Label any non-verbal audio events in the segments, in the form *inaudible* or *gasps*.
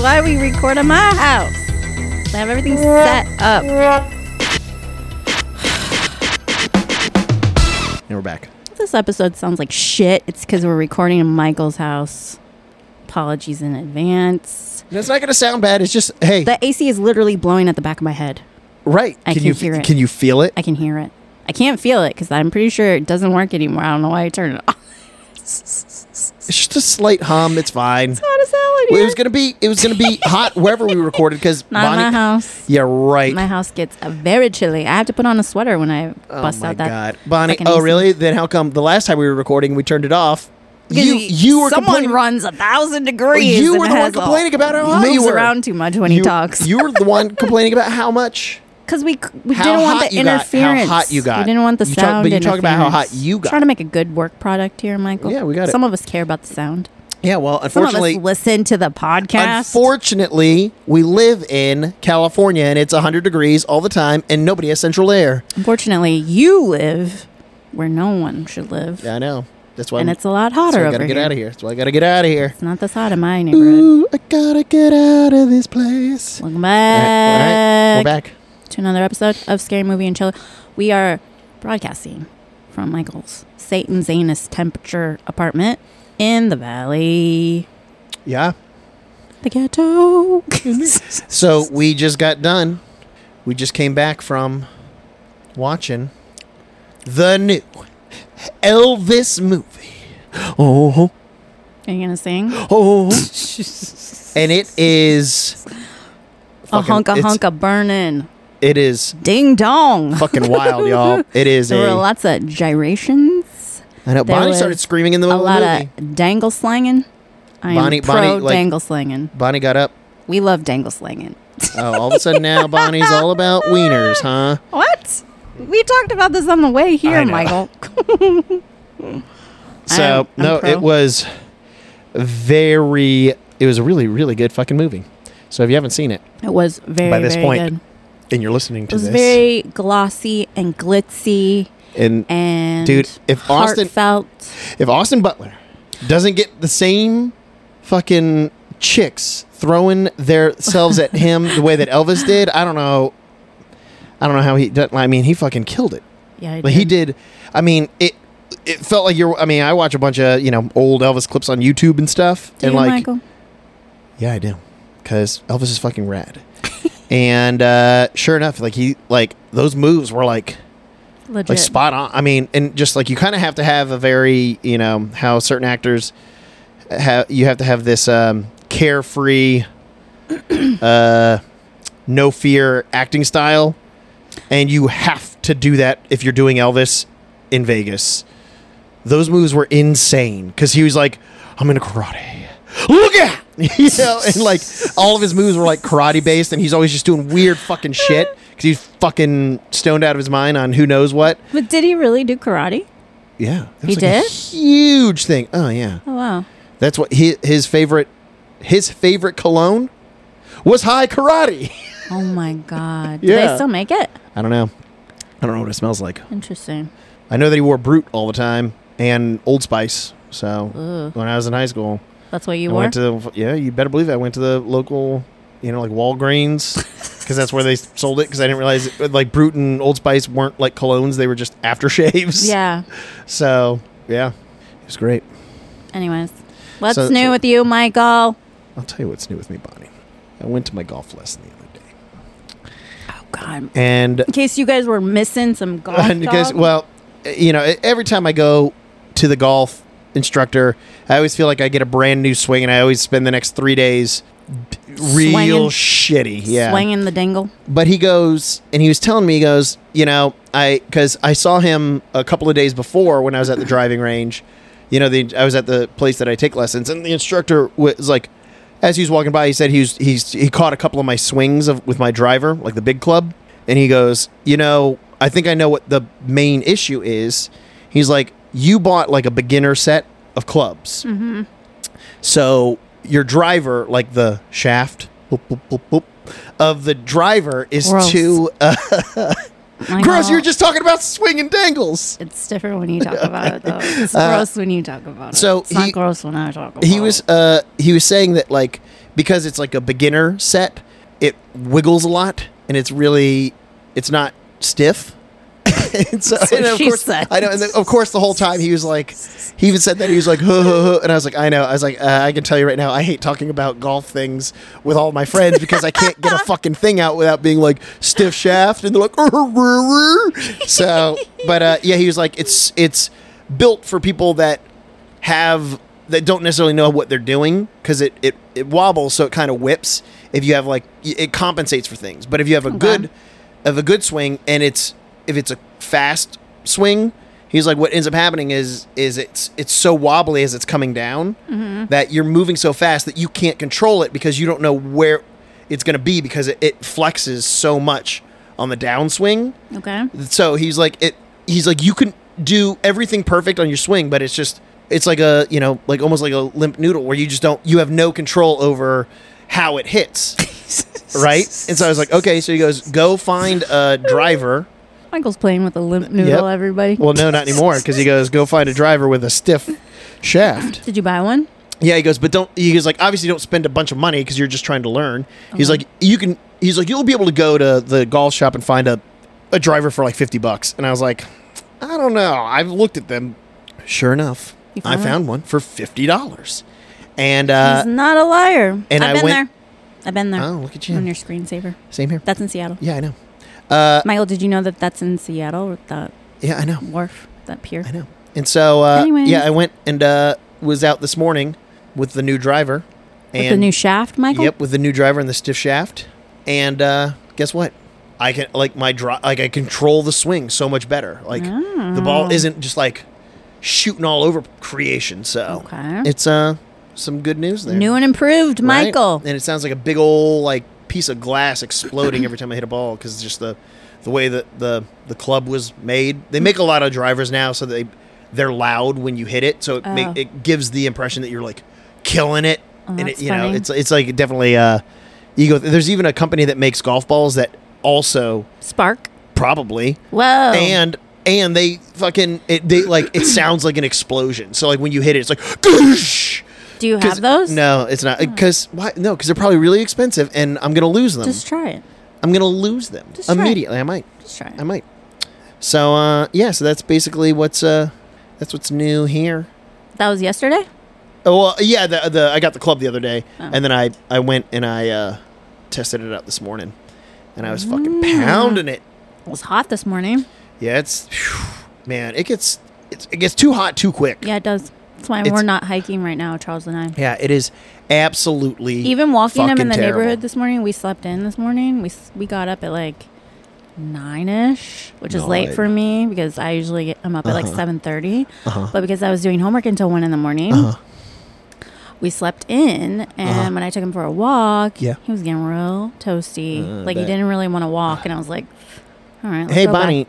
why we record at my house. I have everything set up. And we're back. This episode sounds like shit. It's because we're recording in Michael's house. Apologies in advance. And it's not going to sound bad. It's just, hey, The AC is literally blowing at the back of my head. right. I can can you hear it. can you feel it? I can hear it. I can't feel it because I'm pretty sure it doesn't work anymore. I don't know why I turned it *laughs* off. It's just a slight hum. It's fine. Hot as hell in Well, it here. was gonna be it was *laughs* gonna be hot wherever we recorded because Not in Bonnie. my house. Yeah, right. My house gets uh, very chilly. I have to put on a sweater when I bust out that. Oh Bonnie. second Oh, AC. really? Then how come the last time we were recording we turned it off? You you were someone complaining. runs a thousand degrees. You were and the one has a- complaining about how hot moves you were. around too much when he You- talks. You were the one complaining about how much. because we we How didn't want hot the you got, how interference. hot you got. We didn't want the You talk- sound. but you talk about how hot interference. you got. Trying to make a good work product here, Michael. Yeah, we got it. Some of us care about the sound. Yeah, Some well, of us unfortunately, listen to the podcast. unfortunately, we live in California and it's 100 degrees all the time and nobody has central air. Unfortunately, you live where no one should live, Yeah, I know. That's why and I'm- it's a lot that's why hotter I over gotta get here. out of here. That's why I gotta get out of here. It's not this hot in my neighborhood. Ooh, I gotta get out of this place. Welcome All right, all right, we're back back. to another episode of Scary Movie and Chill. We are broadcasting from Michael's Satan's Anus Temperature Apartment in the Valley, Yeah. the ghetto. *laughs* So we just got done. We just came back from watching the new Elvis movie. Oh, Are you gonna sing? oh. *gasps* and it is a fucking- hunk a it's- hunk a burning. It is Ding dong. fucking wild, y'all. It *laughs* is There were a. lots of gyrations, I know there Bonnie was started screaming in the a middle lot of the movie. of dangle slanging. I am Bonnie- pro Bonnie, like- dangle slanging. Bonnie got up. We love dangle slanging. Oh, all of a sudden now Bonnie's all about wieners, huh? What? We talked about this on the way I here, know. *laughs* Michael. So I'm no, pro. it was very. It was a really, really good fucking movie. So if you haven't seen it, It was very By this very point good. and you're listening It to was this, very glossy and glitzy and and Dude, if Austin- heartfelt. if Austin Butler doesn't get the same fucking chicks throwing themselves at him the way that Elvis did, I don't know. I don't know how he. did- I mean, he fucking killed it. yeah, But he did. I mean, it. It felt like you're. I mean, I watch a bunch of you know old Elvis clips on YouTube and stuff, Do and you, like, Michael? yeah, I do, because Elvis is fucking rad. *laughs* and uh, sure enough, like he like those moves were like Legit. like spot on. I mean, and just like you kind of have to have a very, you know, how certain actors have you have to have this um, carefree, *clears throat* uh, no fear acting style, and you have to do that if you're doing Elvis in Vegas. Those moves were insane because he was like, "I'm in a karate." Look at *laughs* you know, and like all of his moves were like karate based, and he's always just doing weird fucking shit because he's fucking stoned out of his mind on who knows what. But did he really do karate? Yeah, that He was, like, a did? huge thing. Oh yeah, Oh wow. that's what his, his favorite his favorite cologne was high karate. *laughs* Oh my god. Do Yeah. they still make it? I don't know. I don't know what it smells like. Interesting. I know that he wore Brute all the time and Old Spice. So Ugh. when I was in high school, That's what you I were? went to yeah. You better believe it. I went to the local, you know, *laughs* like Walgreens because that's where they sold it. Because I didn't realize it, like Brute and Old Spice weren't like colognes; they were just aftershaves. yeah. *laughs* So yeah, it was great. Anyways. What's So- new so- with you, Michael? Oh, I'll tell you what's new with me, Bonnie. I went to my golf lesson the other day, Oh god. and In case you guys were missing *laughs* some golf. and because dog- well, you know, e, every time I go to the golf instructor, I always feel like I get a brand new swing, and I always spend the next three days d- real shitty. Yeah, Swinging the dingle. but he goes and he was telling me he goes you know i because i saw him a couple of days before when i was at the driving range you know the i was at the place that i take lessons and the instructor was like as he was walking by he said he was he's he caught a couple of my swings of with my driver like the big club and he goes you know i think i know what the main issue is he's like you bought like a beginner set of clubs so your driver, like the shaft boop, boop, boop, boop, of the driver, is Gross. too uh, Michael, gross. You're just talking about swing and dangles. it's different when you talk *laughs* about it though. It's Uh, gross when you talk about it. so it's not he- gross when I talk about it. He was uh, he was saying that like because it's like a beginner set, it wiggles a lot and it's really it's not stiff. *laughs* and so, That's what and of she course, said. I know. And then, of course, the whole time he was like, he even said that he was like, huh, huh, huh," and I was like, I know. I was like, uh, I can tell you right now, I hate talking about golf things with all my friends because I can't *laughs* get a fucking thing out without being like stiff shaft, and they're like, "Uh, uh, uh." so. But uh, yeah, he was like, it's it's built for people that have that don't necessarily know what they're doing because it, it it wobbles so it kind of whips if you have like y- it compensates for things but if you have a good of a good swing and it's if it's a fast swing he's like what ends up happening is is it's it's so wobbly as it's coming down that you're moving so fast that you can't control it because you don't know where it's going to be because it, it flexes so much on the downswing Okay. so he's like it he's like you can do everything perfect on your swing but it's just it's like a you know like almost like a limp noodle where you just don't you have no control over how it hits right and so i was like okay so he goes go find a driver Michael's playing with a limp noodle, Yep. everybody. well no not anymore because he goes go find a driver with a stiff shaft Did you buy one? yeah, he goes, but don't. He goes like, obviously, don't spend a bunch of money because you're just trying to learn. Uh-huh. He's like, you can. He's like, you'll be able to go to the golf shop and find a, a driver for like fifty bucks. And I was like, I don't know. I've looked at them. Sure enough, You I found found one for fifty dollars. And He's uh, not a liar. and I've I been went- there. I've been there. oh, look at On you. your screensaver. Same here. That's in Seattle. Yeah, I know. Uh, Michael, did you know that that's in Seattle, with that yeah, I know. wharf, that pier? I know. And so, uh, Anyway. yeah, I went and uh, was out this morning with the new driver. And With the new shaft, Michael? Yep, with the new driver and the stiff shaft. And uh, guess what? I can like my dri like I control the swing so much better. Like the ball isn't just like shooting all over creation. So Okay. it's uh some good news there. New and improved, right? Michael. And it sounds like a big old like piece of glass exploding every time I hit a ball because just the the way that the the club was made. They make a lot of drivers now, so they they're loud when you hit it, so it Oh. make, it gives the impression that you're like killing it, Oh, and it, that's you know funny. it's it's like definitely uh ego. There's even a company that makes golf balls that also Spark. probably Whoa. and and they fucking it, they like it sounds like an explosion. So like when you hit it, it's like *laughs* goosh. Do you 'Cause- have those? No, it's not. Because why? No, because they're probably really expensive, and I'm gonna lose them. Just try it. I'm gonna lose them Just try it. immediately. I might. Just try I it. might. So uh, yeah. So that's basically what's uh, that's what's new here. That was yesterday? Oh well, yeah. The, the I got the club the other day, Oh. and then I I went and I uh, tested it out this morning, and I was Mm. fucking pounding it. It was hot this morning. Yeah, it's phew, man. It gets it's, it gets too hot too quick. Yeah, it does. That's why It's- we're not hiking right now, Charles and I. Yeah, it is absolutely Even walking him in fucking the terrible. neighborhood this morning, we slept in this morning. We s- we got up at like nine ish, which is late Nine. for me because I usually get, I'm up at like Uh-huh. seven thirty. Uh-huh. But because I was doing homework until one in the morning, Uh-huh. we slept in. And Uh-huh. when I took him for a walk, Yeah. he was getting real toasty. Uh, I like he bet. didn't really want to walk, and I was like, "All right, let's Hey go back." Bonnie,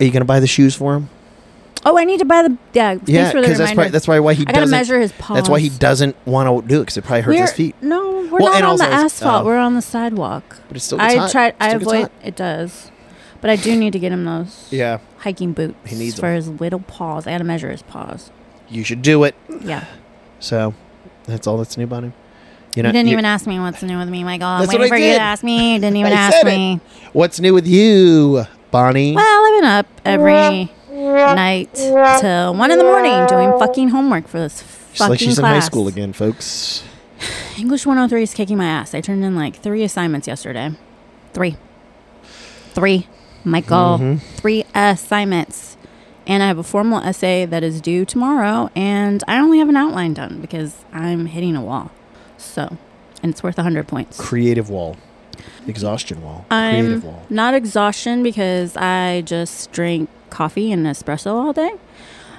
are you gonna buy the shoes for him? Oh, I need to buy the yeah. Yeah, thanks for the reminder. because that's probably, that's probably why he I gotta doesn't. measure his paws. That's why he doesn't want to do it because it probably hurts we're, his feet. No, we're Well, not and on also the it's- asphalt. oh. We're on the sidewalk. But it still gets I hot. tried. It I still gets avoid. hot. It does, but I do need to get him those Yeah, hiking boots He needs for his little paws. I gotta measure his paws. you should do it. Yeah, So that's all that's new, Bonnie. You're you not- didn't you're- even ask me what's new with me, Michael. I'm That's what waiting for I you did. to ask me. You didn't even *laughs* I ask said it. me. What's new with you, Bonnie? Well, I've been up every night till one in the morning doing fucking homework for this She's fucking like she's class. in high school again, folks. English 103 is kicking my ass. I turned in like three assignments yesterday. Three. Three. Mm-hmm. Michael. Three assignments. And I have a formal essay that is due tomorrow, and I only have an outline done because I'm hitting a wall. So, and it's worth 100 points. Creative wall, exhaustion wall, I'm creative wall. not exhaustion because I just drink coffee and espresso all day.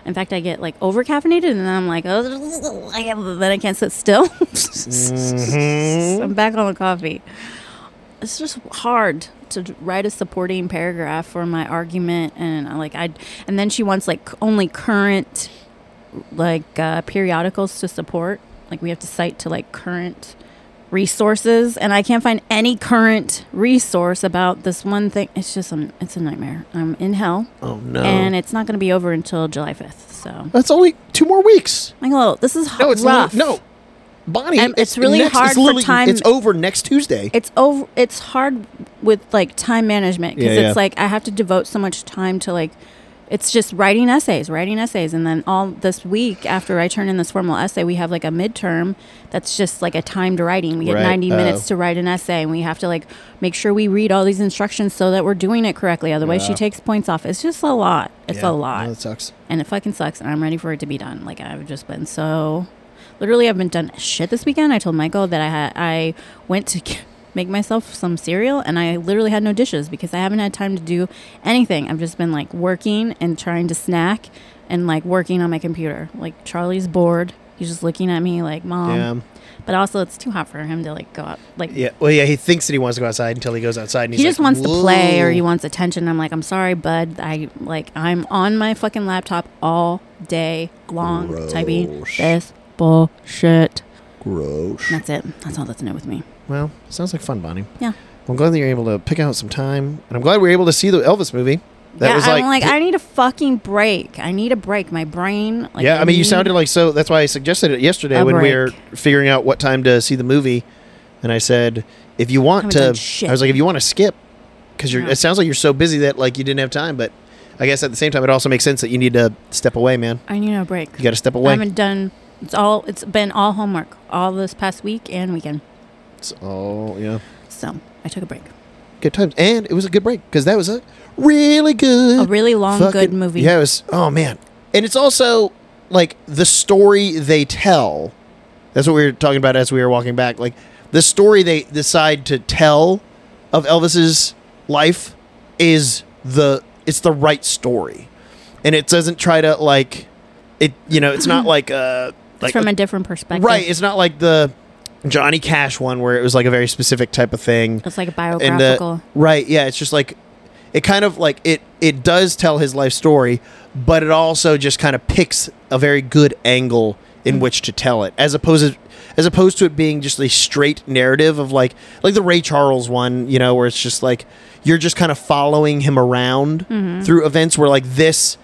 In fact, I get like over caffeinated, and then I'm like, oh, I am- then I can't sit still. *laughs* I'm back on the coffee. It's just hard to d- write a supporting paragraph for my argument, and I like I, and then she wants like c- only current, like uh, periodicals to support. Like we have to cite to like current resources, and I can't find any current resource about this one thing. It's just um, it's a nightmare. I'm in hell Oh no, and it's not going to be over until July 5th. So, that's only two more weeks. Michael, this is No, it's rough. no. Bonnie, And it's really hard for literally- time- It's over next Tuesday. it's over it's hard with like time management because Yeah, yeah. it's like i have to devote so much time to like it's just writing essays writing essays and then all this week after i turn in this formal essay we have like a midterm that's just like a timed writing we get Right, 90 oh. minutes to write an essay and we have to like make sure we read all these instructions so that we're doing it correctly otherwise she Yeah. takes points off it's just a lot it's a Yeah. lot No, that sucks. and it fucking sucks and i'm ready for it to be done like i've just been so literally i've been done shit this weekend i told michael that i had i went to get- make myself some cereal and i literally had no dishes because i haven't had time to do anything i've just been like working and trying to snack and like working on my computer like charlie's bored he's just looking at me like mom yeah. but also it's too hot for him to like go out like Yeah. Well, yeah. He thinks that he wants to go outside until he goes outside. And he's he just like, wants to play or "Whoa." he wants attention. I'm like, I'm sorry, bud. I like I'm on my fucking laptop all day long typing Gross. this bullshit. Gross. That's it. That's all that's new with me. Well, sounds like fun, Bonnie. Yeah. Well, I'm glad that you're able to pick out some time, and I'm glad we were able to see the Elvis movie. That yeah, was I'm like, I need a fucking break. I need a break. My brain. Like, yeah, I mean, you need- sounded like so. That's why I suggested it yesterday A when we were break. figuring out what time to see the movie, and I said, if you want Haven't done to, shit. I was like, if you want to skip, because you're. Yeah. It sounds like you're so busy that like you didn't have time, but I guess at the same time, it also makes sense that you need to step away, man. I need a break. You got to step I away. haven't done. It's all. It's been all homework all this past week and weekend. It's all yeah. So I took a break. Good times, and it was a good break because that was a really good. A really long, fucking- good movie. Yeah, it was. Oh man, and it's also like the story they tell. That's what we were talking about as we were walking back. Like the story they decide to tell of Elvis's life is the it's the right story, and it doesn't try to like it. You know, *laughs* it's not like uh It's like from a different perspective. right. It's not like the Johnny Cash one where it was like a very specific type of thing It's like a and uh, biographical. right yeah it's just like it kind of like it it does tell his life story but it also just kind of picks a very good angle in which to tell it as opposed as opposed to it being just a straight narrative of like like the Ray Charles one you know where it's just like you're just kind of following him around Mm-hmm. through events where like this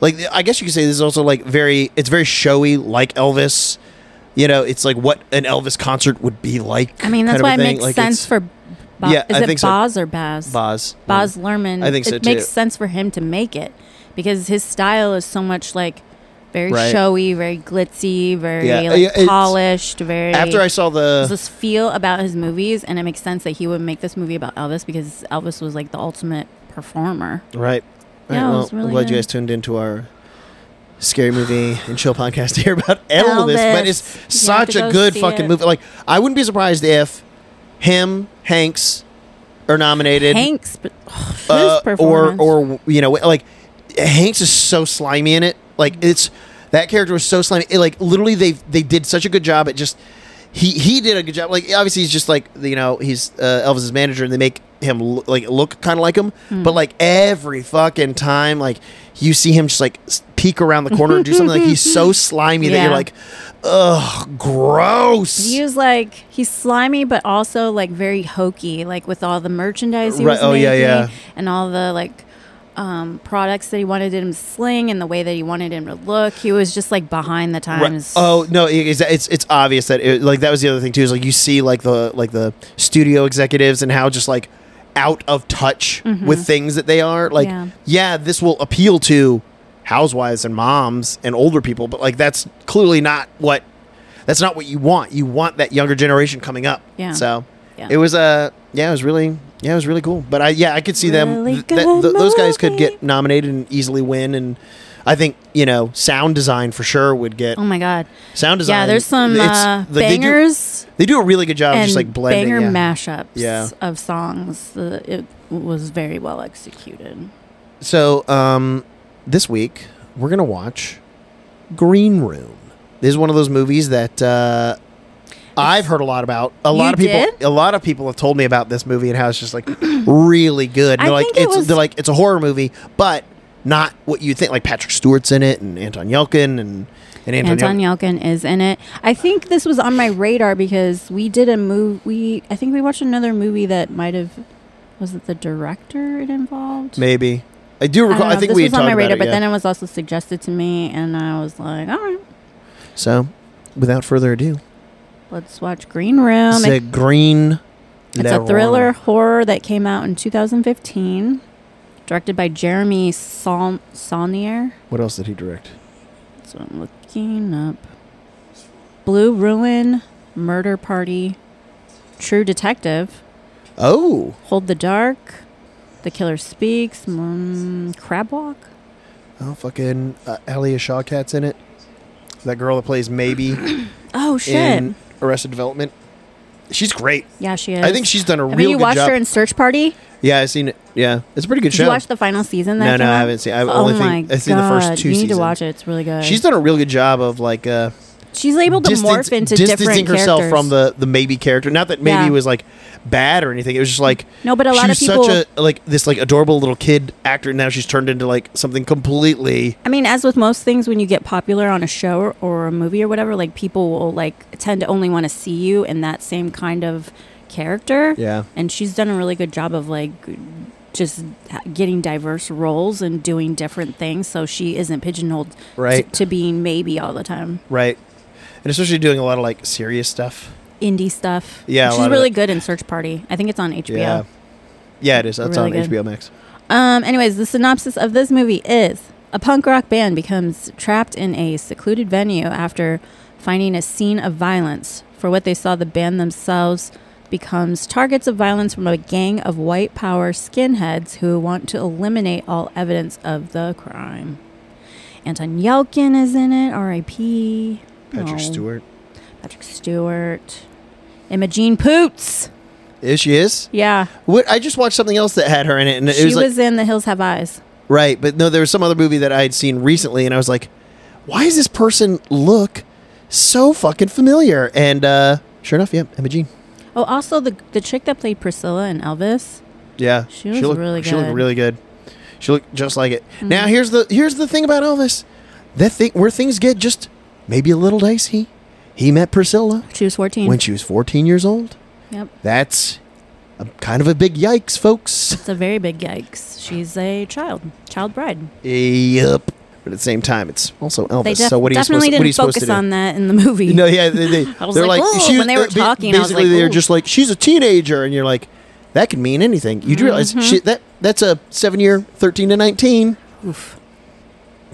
like I guess you could say this is also like very it's very showy like Elvis you know it's like what an Elvis concert would be like I mean, kind that's of a why it thing. makes Like, sense it's- for. Ba- Yeah, is I it think so. Boz or Baz? Boz Baz Lerman. I think so, It makes too. sense for him to make it because his style is so much like very Right. showy, very glitzy, very Yeah, like yeah, it's- polished, very. After I saw there's the this feel about his movies, and it makes sense that he would make this movie about Elvis because Elvis was like the ultimate performer. right, All Yeah, it right, was really I'm glad you good. guys tuned into our scary movie and chill podcast *laughs* to hear about Elvis, but it's Elvis. You have such to go a good see fucking it. movie. Like I wouldn't be surprised if him Hanks are nominated, Hanks, but oh, *sighs* his uh, or performance. or you know like Hanks is so slimy in it. Like it's that character was so slimy. It, like literally they they did such a good job at just. He, he did a good job. Like obviously he's just like you know he's uh, Elvis's manager and they make him l- like look kind of like him, Hmm. but like every fucking time like you see him just like s- peek around the corner and do something like he's *laughs* so slimy that you're Yeah. like, ugh, gross. He was like he's slimy, but also like very hokey, like with all the merchandise he Right. was Oh, making yeah, yeah. and all the like um, products that he wanted him to sling and the way that he wanted him to look. He was just like behind the Right. times. Oh no, it- it's it's it's obvious that it, like that was the other thing too. Is like you see like the like the studio executives and how just like out of touch with things that they are. Like Yeah. yeah. this will appeal to housewives and moms and older people, but like that's clearly not what that's not what you want. You want that younger generation coming up. Yeah. So Yeah. it was uh, yeah, it was really yeah, it was really cool. But I yeah, I could see them. Really th- that- good th- those guys could movie. get nominated and easily win and. I think you know sound design for sure would get Oh my god! sound design. Yeah, there's some it's- uh, like, they do- bangers They do, a really good job of and just like blending. banger yeah. mashups Yeah. of songs. The- it was very well executed. So um, this week we're gonna watch Green Room. This is one of those movies that uh, I've heard a lot about. A lot You of people, did? a lot of people have told me about this movie and how it's just like *clears throat* really good. And I they're like, think it it's was- they're like it's a horror movie, but not what you think. Like Patrick Stewart's in it, and Anton Yelkin, and and Anton, Anton Yelkin. Yelkin is in it. I think this was on my radar because we did a movie. We I think we watched another movie that might have was it the director it involved. Maybe I do I, recall. don't I, know. think Uh, this we had was on talked my about radar, it, but yeah. then it was also suggested to me, and I was like, all right, so, without further ado, Let's watch Green Room. the It- Green. Oh, it's a thriller horror that came out in 2015, directed by Jeremy Saul- Saulnier. What else did he direct? That's what I'm looking up. Blue Ruin, Murder Party, True Detective, Oh, Hold the Dark, The Killer Speaks, mm, Crab Walk. oh, fucking uh, Alia Shawkat's in it. That girl that *clears throat* plays Maybe Oh shit! in Arrested Development. She's great. yeah, she is. I think she's done a Have real you good watched job. her in Search Party? yeah, I've seen it. Yeah, it's a pretty good Did show. you watch the final season? That no, came no, I out? haven't seen. I've oh only my think, I've god! seen the first two you need to seasons. watch it. It's really good. She's done a real good job of like uh, She's able to distance- morph into distancing different herself characters. from the the Maybe character. Not that Maybe Yeah. was like bad or anything. It was just like no, but a she lot of was people. such a like this like adorable little kid actor. and Now she's turned into like something completely. I mean, as with most things, when you get popular on a show or, or a movie or whatever, like people will like tend to only want to see you in that same kind of character. Yeah, And she's done a really good job of like just ha- getting diverse roles and doing different things, so she isn't pigeonholed t- Right. to being maybe all the time right. And especially doing a lot of like serious stuff. indie stuff. Yeah, a lot she's of really good in Search Party. I think it's on HBO. Yeah, yeah, it is. That's Really on good. HBO Max. Um, anyways, the synopsis of this movie is a punk rock band becomes trapped in a secluded venue after finding a scene of violence. For what they saw, the band themselves becomes targets of violence from a gang of white power skinheads who want to eliminate all evidence of the crime. Anton Yelkin is in it, R.I.P. Patrick Oh, Stewart. Patrick Stewart. Imogene Poots. Is she is? Yeah. What I just watched something else that had her in it, and it She was was, like in The Hills Have Eyes. right, but no, there was some other movie that I had seen recently, and I was like, why does this person look so fucking familiar? And uh sure enough, yeah, Emma Jean. Oh, also the the chick that played Priscilla and Elvis. Yeah, She was looked really She looked good. Mm-hmm. really good. She looked just like it. Now here's the here's the thing about Elvis, that thing where things get just maybe a little dicey. He met Priscilla She was 14. when she was 14 years old. yep. That's a, kind of a big yikes, folks. *laughs* It's a very big yikes. She's a child, child bride. Yep. But at the same time, it's also Elvis. They def- so what are you supposed definitely to, what are you didn't supposed focus to do? on that in the movie. No, yeah, they, they, *laughs* I was they're like, like, "Ooh," she- when they were uh, ba- talking, I was basically like, they're "Ooh." just like she's a teenager, and you're like, that can mean anything. You do realize Mm-hmm. she, that that's a seven year, thirteen to nineteen. Oof.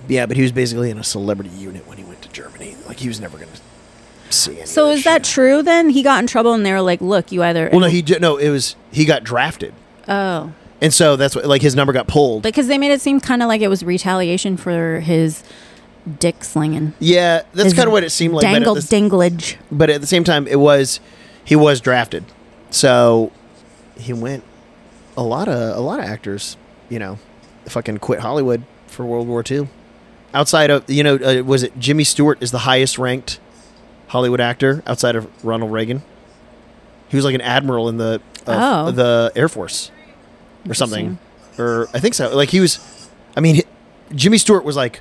Yeah, but he was basically in a celebrity unit when he went to Germany. Like he was never going to see. Any So of is that shit. true then? He got in trouble and they were like, look, you either. Well, no, he did, no, it was he got drafted, Oh. and so that's what like his number got pulled. Because they made it seem kind of like it was retaliation for his dick slinging. yeah, that's his kind of what it seemed like. but at Dangle the- dinglage. *laughs* but at the same time it was he was drafted so he went a lot of a lot of actors you know fucking quit hollywood for world war ii outside of you know uh, was it jimmy stewart is the highest ranked hollywood actor outside of ronald reagan he was like an admiral in the of Oh. the air force or something Interesting. or i think so like he was i mean hi- jimmy stewart was like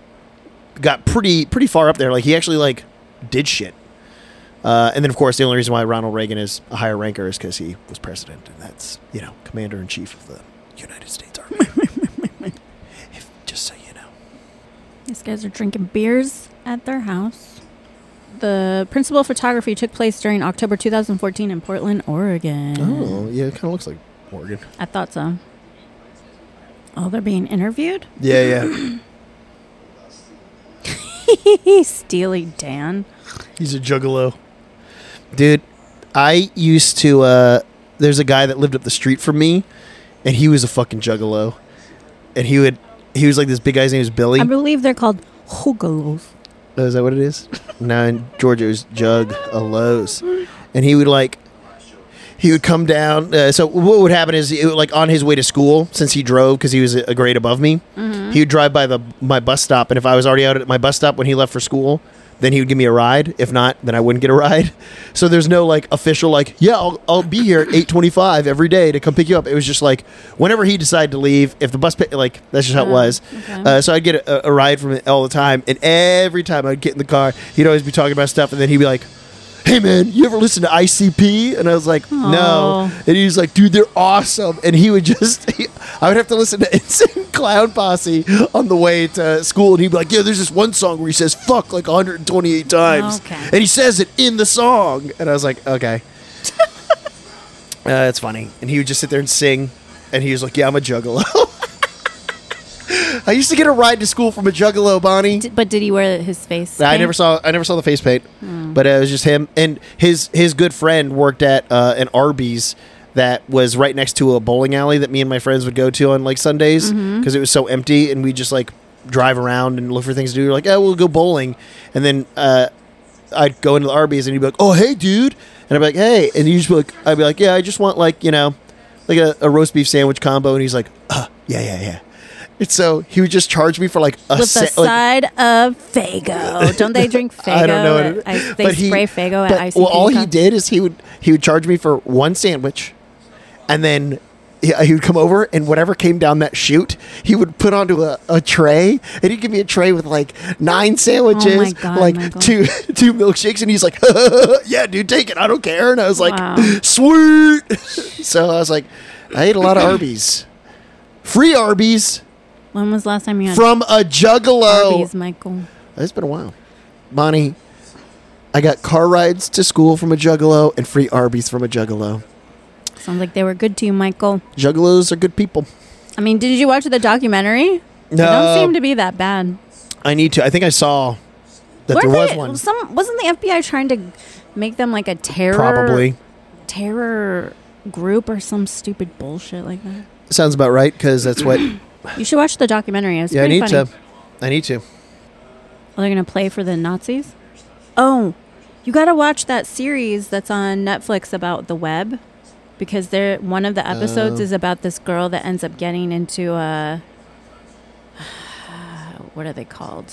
got pretty pretty far up there like he actually like did shit uh, and then, of course, the only reason why Ronald Reagan is a higher ranker is because he was president, and that's you know commander in chief of the United States Army. *laughs* if, just so you know, These guys are drinking beers at their house. The principal photography took place during October 2014 in Portland, Oregon. Oh, yeah, it kind of looks like Oregon. I thought so. Oh, they're being interviewed? *laughs* Yeah, yeah, Steely Dan. *coughs* he's a juggalo, dude. I used to. Uh, there's a guy that lived up the street from me, and he was a fucking juggalo, and he would. He was like this big guy's name was Billy. I believe they're called Hoogalos. Oh, is that what it is? no, in Georgia it was jug a Lowe's. And he would like, he would come down. Uh, so what would happen is, it would, like on his way to school, since he drove because he was a grade above me, he would drive by the my bus stop. And if I was already out at my bus stop when he left for school, then he would give me a ride. If not, then I wouldn't get a ride. *laughs* So there's no like official like, yeah, I'll, I'll be here at 8:25 every day to come pick you up. It was just like whenever he decided to leave, if the bus pick, like that's just how it Oh, was. okay. Uh, so I'd get a, a ride from it all the time, and every time I'd get in the car, he'd always be talking about stuff, and then he'd be like, "Hey man, you ever listen to ICP?" And I was like, Aw. "No." And he was like, "Dude, they're awesome." And he would just, *laughs* he- I would have to listen to *laughs* Insane Clown Posse on the way to school, and he'd be like, "Yeah, there's this one song where he says fuck like 128 times, Okay. and he says it in the song." And I was like, "Okay." Uh, that's funny. And he would just sit there and sing. And he was like, Yeah, I'm a juggalo. *laughs* I used to get a ride to school from a juggalo, Bonnie. D- but did he wear his face? I paint? never saw I never saw the face paint, Hmm. but uh, it was just him and his his good friend worked at uh, an Arby's that was right next to a bowling alley that me and my friends would go to on like Sundays because Mm-hmm. it was so empty and we just like drive around and look for things to do. We're like, oh, we'll go bowling, and then uh, I'd go into the Arby's and he'd be like, oh hey dude, and I'd be like hey, and he'd just be like I'd be like yeah, I just want like you know like a, a roast beef sandwich combo, and he's like uh, yeah yeah yeah. And so he would just charge me for like a With the sa- like, side of Fago. Don't they drink Fago? *laughs* I don't know. What at it, ice- they but he- spray Fago at but- ICP. Well, all he con- did is he would he would charge me for one sandwich, and then he, he would come over and whatever came down that chute, he would put onto a, a tray, and he'd give me a tray with like nine sandwiches, Oh God, like Michael. two *laughs* two milkshakes, and he's like, *laughs* "Yeah, dude, take it. I don't care." And I was like, Wow. *laughs* "Sweet." *laughs* so I was like, I ate a lot of Arby's, free Arby's When was the last time you had from a juggalo. Arby's, Michael? It's been a while. Bonnie, I got car rides to school from a juggalo and free Arby's from a juggalo. Sounds like they were good to you, Michael. Juggalos are good people. I mean, did you watch the documentary? They No. don't seem to be that bad. I need to. I think I saw that Weren't there was they- one. Some wasn't the FBI trying to make them like a terror Probably. terror group or some stupid bullshit like that. Sounds about right because that's *clears throat* what. You should watch the documentary. It's yeah, I pretty need funny. to. I need to. Are they going to play for the Nazis? Oh, you got to watch that series that's on Netflix about the web because there one of the episodes Oh. is about this girl that ends up getting into a *sighs* what are they called?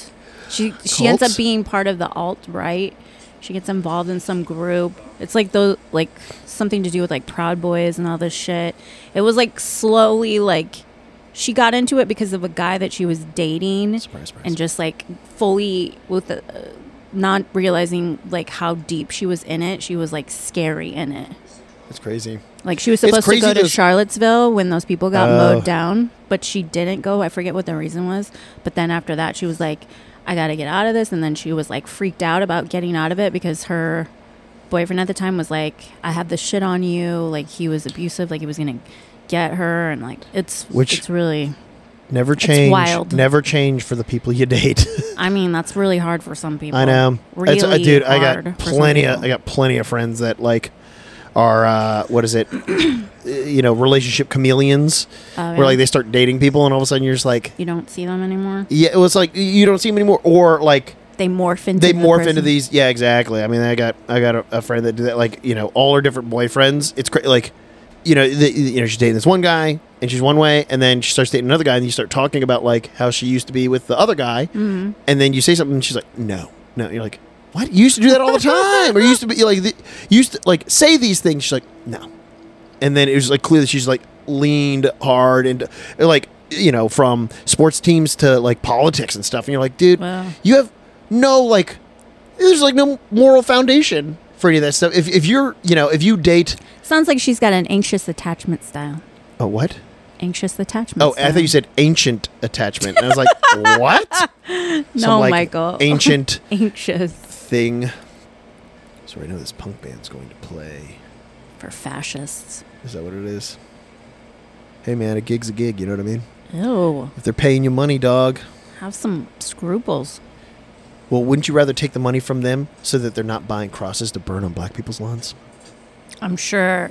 She she ends Cults? up being part of the alt right. She gets involved in some group. It's like those like something to do with like Proud Boys and all this shit. It was like slowly like she got into it because of a guy that she was dating Surprise, surprise. and just like fully with uh, not realizing like how deep she was in it she was like scary in it That's crazy. like she was It's supposed to crazy go to those- charlottesville when those people got Oh. mowed down but she didn't go i forget what the reason was but then after that she was like i gotta get out of this and then she was like freaked out about getting out of it because her boyfriend at the time was like i have this shit on you like he was abusive like he was gonna get her and like it's Which- it's really Never change. wild. Never change for the people you date. *laughs* i mean that's really hard for some people I know. really It's- uh, dude, I hard got for some plenty people. of I got plenty of friends that like are uh, what is it? *clears throat* Uh, you know, relationship chameleons Oh, yeah. where like they start dating people and all of a sudden you're just like you don't see them anymore. yeah, it was like you don't see them anymore or like They morph into they the morph into person. these. Yeah, exactly. I mean, I got I got a, a friend that did that. Like you know, all her different boyfriends. It's cra- like you know, the, you know, she's dating this one guy and she's one way, and then she starts dating another guy, and you start talking about like how she used to be with the other guy, Mm-hmm. and then you say something, and she's like, no, no. You're like, what? You used to do that all the time, or you used to be you're like, the, you used to like say these things. She's like, no, and then it was like clear that she's like leaned hard and like you know from sports teams to like politics and stuff and you're like dude Wow. you have no like there's like no moral foundation for any of that stuff if, if you're you know if you date Sounds like she's got an anxious attachment style. oh what Anxious attachment. oh i thought you said ancient attachment and i *laughs* was like what no, Some, like, Michael. ancient *laughs* anxious thing so i know this punk band's going to play for fascists. is that what it is hey man a gig's a gig you know what i mean Ew, if they're paying you money dog have some scruples. Well, wouldn't you rather take the money from them so that they're not buying crosses to burn on black people's lawns? I'm sure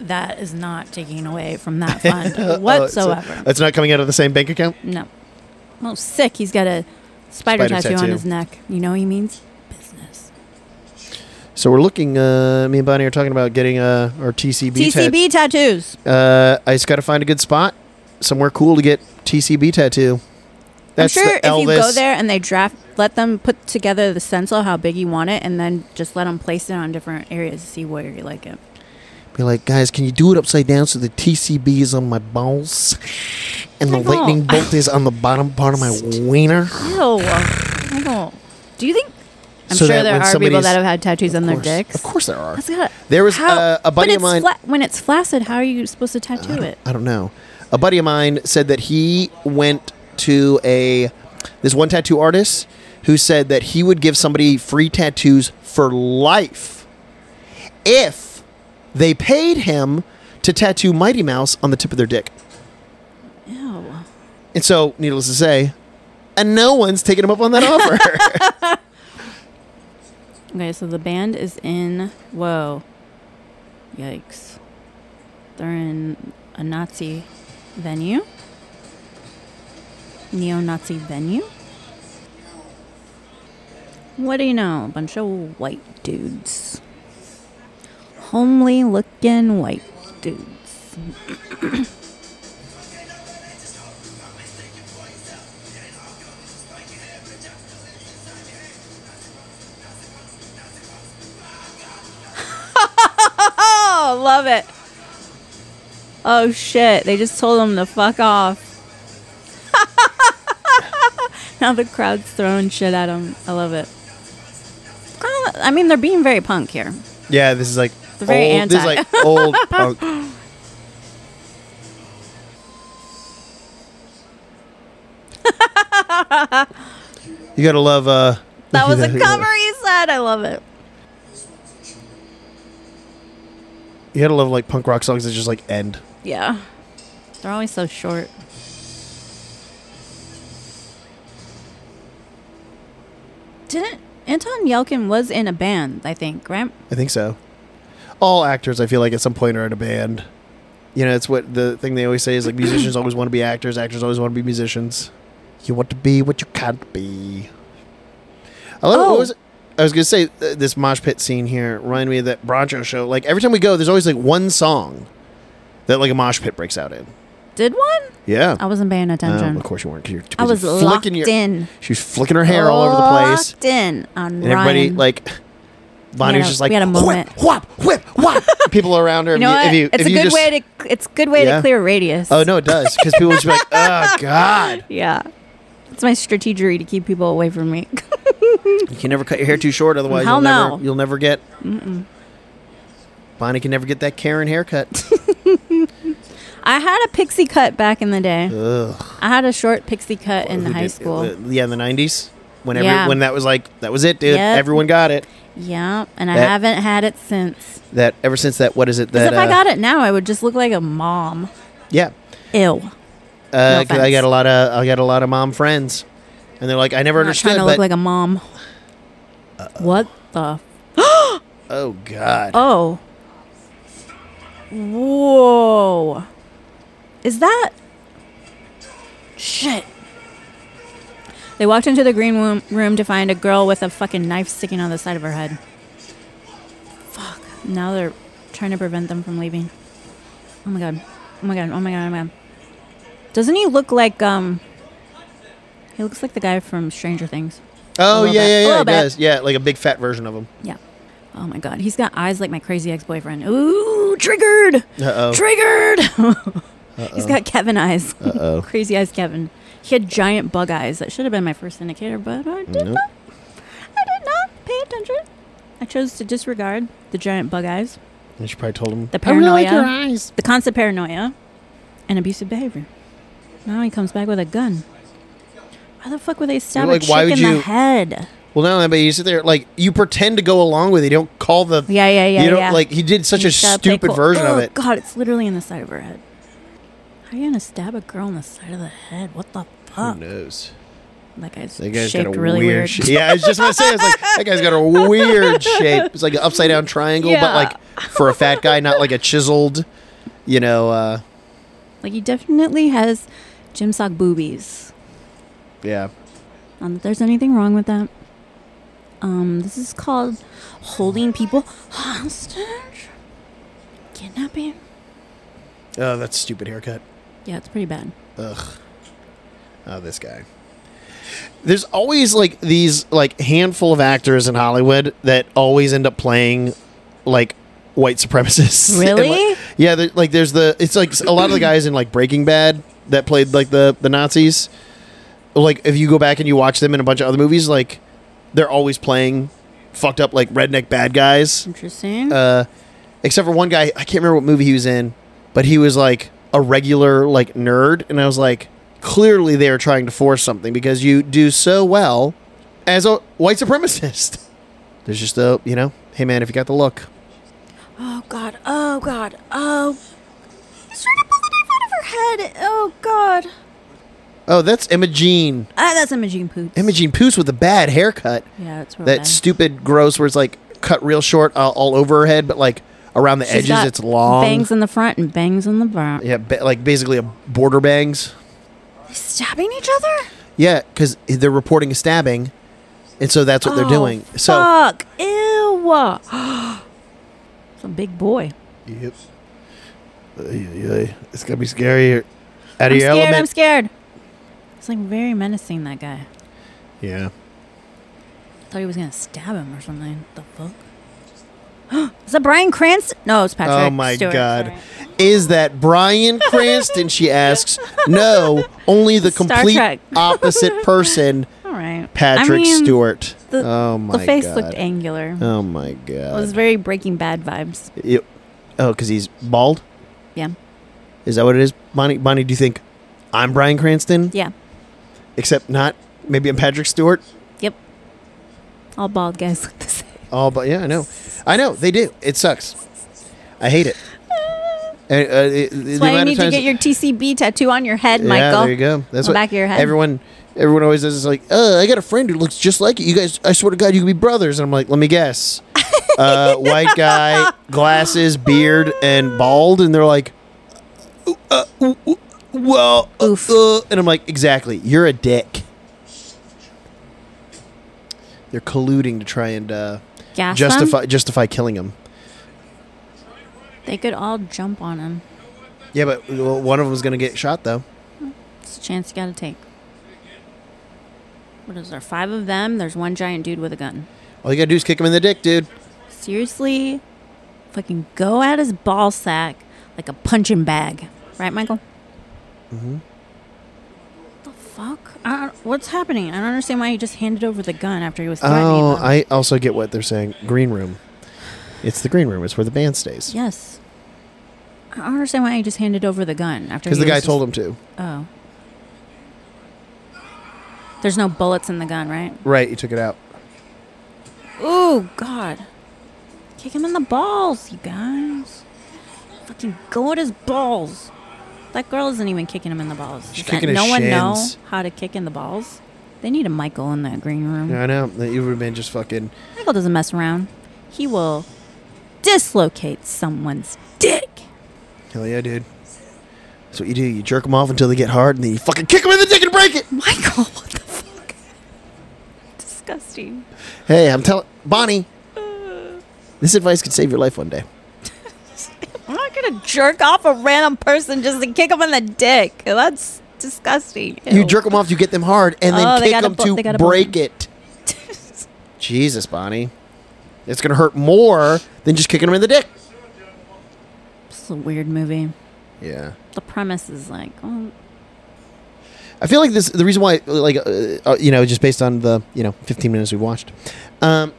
that is not taking away from *laughs* that Oh, fund whatsoever. That's not coming out of the same bank account? no. Oh, sick. He's got a spider, Spider tattoo, on tattoo. his neck. You know he means business. So we're looking, uh, me and Bonnie are talking about getting uh, our TCB, tat- TCB tattoos. Uh, I just got to find a good spot, somewhere cool to get TCB tattoo. That's I'm sure the Elvis. if you go there and they draft, let them put together the stencil how big you want it, and then just let them place it on different areas to see where you like it. Be like, guys, can you do it upside down so the TCB is on my balls and the Michael. lightning bolt is on the bottom part of my wiener? Ew. Michael, do you think I'm So sure that there when are people somebody's- that have had tattoos on Of their course. dicks. Of course there are. That's gotta- There was, how- uh, a but buddy of it's mine- fla- when it's flaccid, how are you supposed to tattoo it? I don't know. A buddy of mine said that he went to a this one tattoo artist who said that he would give somebody free tattoos for life if they paid him to tattoo Mighty Mouse on the tip of their dick. Ew. And so, needless to say, and no one's taking him up on that *laughs* offer. Okay, so the band is in. Whoa. Yikes. They're in a Nazi venue. Neo Nazi venue. What do you know? A bunch of white dudes. Homely looking white dudes. Oh, love it. Oh shit, they just told them to fuck off. *laughs* now the crowd's throwing shit at them. I love it. Kinda- I mean, they're being very punk here. yeah, this is like They're very old, this is anti. *laughs* like old punk. You gotta love. uh *laughs* That was a cover you said. I love it. You gotta love like punk rock songs that just like end. Yeah. They're always so short. Didn't Anton Yelkin was in a band, I think, right? I think so. All actors, I feel like, at some point are in a band. You know, it's what the thing they always say is like musicians always want to be actors, actors always want to be musicians. You want to be what you can't be. I love Oh. what was I was gonna say uh, this mosh pit scene here reminded me of that Broncho show. Like every time we go, there's always like one song that like a mosh pit breaks out in. Did one? Yeah, I wasn't paying attention. um, of course you weren't. 'cause You're too Oh, I was busy locked flicking your. in. She was flicking her hair all over the place. Locked in on And everybody Ryan. like We Bonnie was had a- just like we had a whip, moment. whop, whip, *laughs* whop. People around her. you know what? if you, if you, it's if a you good just, way to it's a good way Yeah. to clear radius. Oh no, it does because people just be like, *laughs* oh god, Yeah, it's my strategery to keep people away from me. *laughs* you can never cut your hair too short, otherwise Hell you'll no. never you'll never get. Bonnie can never get that *laughs* Karen haircut. I had a pixie cut back in the day. Ugh. I had a short pixie cut in Who high did- school. uh, yeah, in the nineties. Whenever Yeah. when that was like that was it, dude. Yep. Everyone got it. yeah, and I That- haven't had it since. That ever since that what is it Because that if I uh, got it now, I would just look like a mom. yeah. Ew. Uh, 'cause I offense. got a lot of I got a lot of mom friends, and they're like I never I'm not understood. trying to but look like a mom. What the? oh god, Oh. Whoa. Is that shit? They walked into the green room, room to find a girl with a fucking knife sticking on the side of her head. Fuck. Now they're trying to prevent them from leaving. Oh my god. Oh my god. Oh my god. Oh my god. Doesn't he look like um? He looks like the guy from Stranger Things. Oh little yeah, bit. A yeah, yeah, little it bit. does. Yeah, like a big fat version of him. Yeah. Oh my god, he's got eyes like my crazy ex-boyfriend. Ooh, triggered. Uh oh. Triggered. *laughs* he's got Kevin eyes. Uh *laughs* crazy eyes, Kevin. He had giant bug eyes. That should have been my first indicator, but I did Nope. not. I did not pay attention. I chose to disregard the giant bug eyes, And she probably told him. The paranoia. I really like your eyes. the constant paranoia, and abusive behavior. Now he comes back with a gun. Why the fuck would they stab Like, a chick why in would the you- head? Well, no, but you sit there like you pretend to go along with. it. You don't call the. Yeah, yeah, yeah. you don't yeah. like. He did such a You gotta play stupid cool. version oh, of it. God, it's literally in the side of her head. How are you gonna stab a girl in the side of the head? What the fuck? Who knows? That guy's That guy's shaped got a really weird. weird. shape. yeah, I was just gonna say. I was like, that guy's got a *laughs* weird shape. It's like an upside down triangle, Yeah. but like for a fat guy, not like a chiseled. You know. uh Like he definitely has gym sock boobies. Yeah. Not that there's anything wrong with that. Um, this is called holding people hostage, kidnapping. Oh, that's stupid haircut. Yeah, it's pretty bad. Ugh. Oh, this guy. There's always like these like handful of actors in Hollywood that always end up playing like white supremacists. *laughs* And, like- Really? yeah, there- like there's the it's like a lot of the guys in like Breaking Bad that played like the the Nazis. Like if you go back and you watch them in a bunch of other movies, like they're always playing fucked up like redneck bad guys. Interesting. Uh, except for one guy, I can't remember what movie he was in, but he was like a regular like nerd, and I was like, clearly they are trying to force something because you do so well as a white supremacist. *laughs* There's just a you know, hey man, if you got the look, oh God. Oh God. Oh. He's trying to pull the knife out of her head. Oh God. oh that's Imogene, Ah, that's Imogene Poots. Imogene Poos with a bad haircut. Yeah, that's real that bad. stupid gross where it's like cut real short uh, all over her head but like around the She's edges got it's long Bangs in the front and bangs in the back. yeah ba- like basically a border bangs They stabbing each other. yeah because they're reporting a stabbing and so that's what they're Oh, doing so fuck. Ew. *gasps* it's a big boy. yep. Ay, ay, ay. it's gonna be scary out of I'm your scared. element I'm scared. It's like very menacing. That guy. yeah Thought he was gonna stab him or something. The fuck? *gasps* Is that Brian Cranston? No, it's Patrick. oh my Stewart, god sorry. is that brian cranston she asks *laughs* no only the Star complete Trek. *laughs* opposite person All right. *laughs* patrick I mean, stewart the- oh my The face god looked angular. oh my god It was very Breaking Bad vibes. Yep. Oh, because he's bald. Yeah. Is that what it is, Bonnie? Bonnie, do you think I'm Brian Cranston? Yeah. Except not. Maybe I'm Patrick Stewart. Yep. All bald guys *laughs* look the same. Oh, but yeah, I know. I know they do. It sucks. I *laughs* hate it. And, uh, it- the That's why you amount of need to times- get your TCB tattoo on your head, *laughs* yeah, Michael. there you go. That's On what the back of your head. everyone. Everyone always says it's like, "Oh, I got a friend who looks just like you. You guys, I swear to God, you could be brothers." And I'm like, "Let me *laughs* guess, uh, white guy, glasses, beard, and bald." And they're like, uh, uh, "Well, uh, Oof. uh," and I'm like, "Exactly, you're a dick." They're colluding to try and uh, Gas them. justify justify killing him. They could all jump on him. Yeah, but well, one of them's gonna get shot though. It's a chance you gotta take. What is there? Five of them. There's one giant dude with a gun. All you gotta do is kick him in the dick, dude. Seriously, fucking go at his ball sack like a punching bag, right, Michael? Mm-hmm. The fuck? I don't, what's happening? I don't understand why he just handed over the gun after he was threatening. Oh, them. I also get what they're saying. Green room. It's the green room. It's where the band stays. yes. I don't understand why he just handed over the gun after. Because he the guy was just- told him to. Oh. There's no bullets in the gun, right? Right, he took it out. Oh God! Kick him in the balls, you guys! Fucking go at his balls. That girl isn't even kicking him in the balls. Does She's that- kicking his no one shins. know how to kick in the balls. They need a Michael in that green room. Yeah, I know. That you would have been just fucking. Michael doesn't mess around. He will dislocate someone's dick. *laughs* Hell yeah, dude. That's what you do. You jerk them off until they get hard, and then you fucking kick them in the dick and break it. Michael, what the fuck? *laughs* Disgusting. Hey, I'm telling Bonnie. This advice could save your life one day. I'm not gonna jerk off a random person just to kick him in the dick. That's disgusting. You Ew. *laughs* jerk them off, you get them hard, and then Oh, they kick got a them bu- they got to a break bone. it. Jesus, Bonnie. It's gonna hurt more than just kicking them in the dick. This is a weird movie. Yeah. The premise is like, oh, I feel like this. The reason why, like, uh, uh, you know, just based on the you know 15 minutes we watched, um,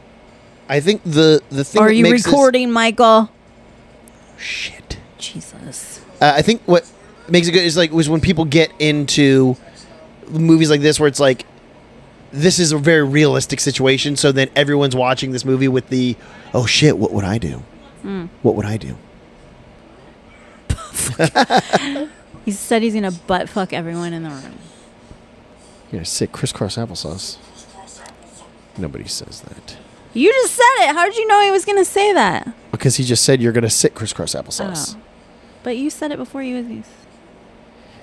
I think the the thing. are that you makes this- recording, Michael? shit. Jesus. Uh, I think what makes it good is like was when people get into movies like this where it's like this is a very realistic situation. So then everyone's watching this movie with the oh shit, what would I do? Hmm. What would I do? He said he's gonna butt fuck everyone in the room. You're gonna sit crisscross applesauce. Nobody says that You just said it. How did you know he was gonna say that? because he just said you're gonna sit crisscross applesauce. Oh. But you said it before you was.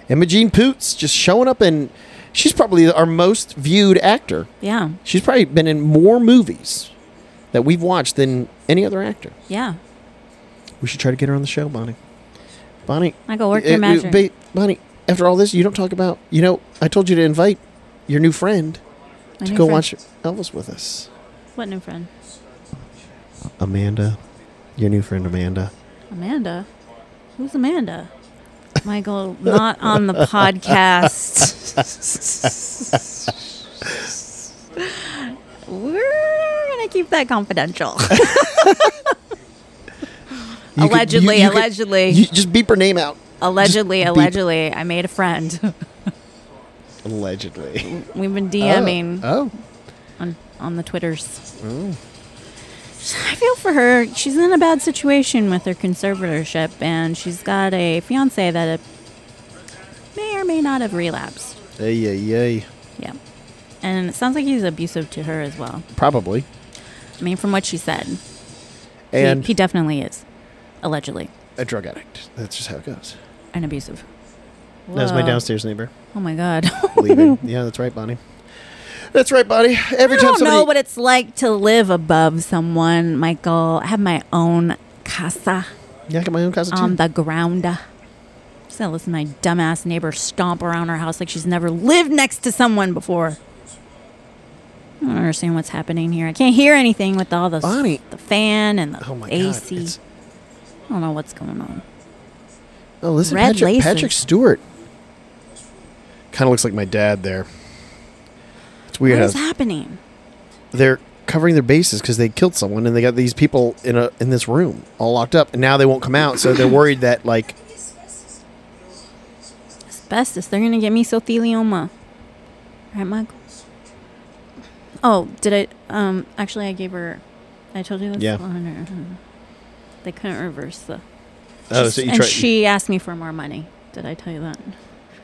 Imogene Poots just showing up and she's probably our most viewed actor. Yeah, She's probably been in more movies that we've watched than any other actor. yeah. We should try to get her on the show, Bonnie. Bonnie, Michael, work uh, your uh, magic. ba- Bonnie, after all this, you don't talk about. You know, I told you to invite your new friend My to new go friend- watch Elvis with us. What new friend? Amanda, your new friend Amanda. Amanda. Who's Amanda? Michael, not on the podcast. We're going to keep that confidential. You could- you- Allegedly, you could- allegedly. you just beep her name out. allegedly, beep. allegedly, I made a friend. Allegedly. We've been DMing Oh. on, on the Twitters. I feel for her. She's in a bad situation with her conservatorship, and she's got a fiance that uh may or may not have relapsed. Hey, yay, yay. Yeah. And it sounds like he's abusive to her as well. Probably. I mean, from what she said, He- And he, definitely is, allegedly, a drug addict. That's just how it goes. and abusive. That was my Whoa. downstairs neighbor Oh my god. *laughs* leaving. yeah, that's right, Bonnie. That's right, Bonnie. Every I time don't somebody know what it's like to live above someone, Michael. I have my own casa yeah, I got my own cousin on too. the ground. Just gonna listen to my dumbass neighbor stomp around her house like she's never lived next to someone before. I don't understand what's happening here. I can't hear anything with all the Bonnie. the fan and the Oh my AC. god. It's, I don't know what's going on. oh, listen, Red Patrick, laces. Patrick Stewart. Kind of looks like my dad there. It's weird. What how- is happening? they're covering their bases because they killed someone and they got these people in a in this room all locked up and now they won't come out so they're worried that like Asbestos. They're gonna get mesothelioma. Right, Michael? Oh, did I? Um, actually, I gave her. I told you this. Yeah. Oh, no, no, no. They couldn't reverse the. oh so you and try she asked me for more money. Did I tell you that?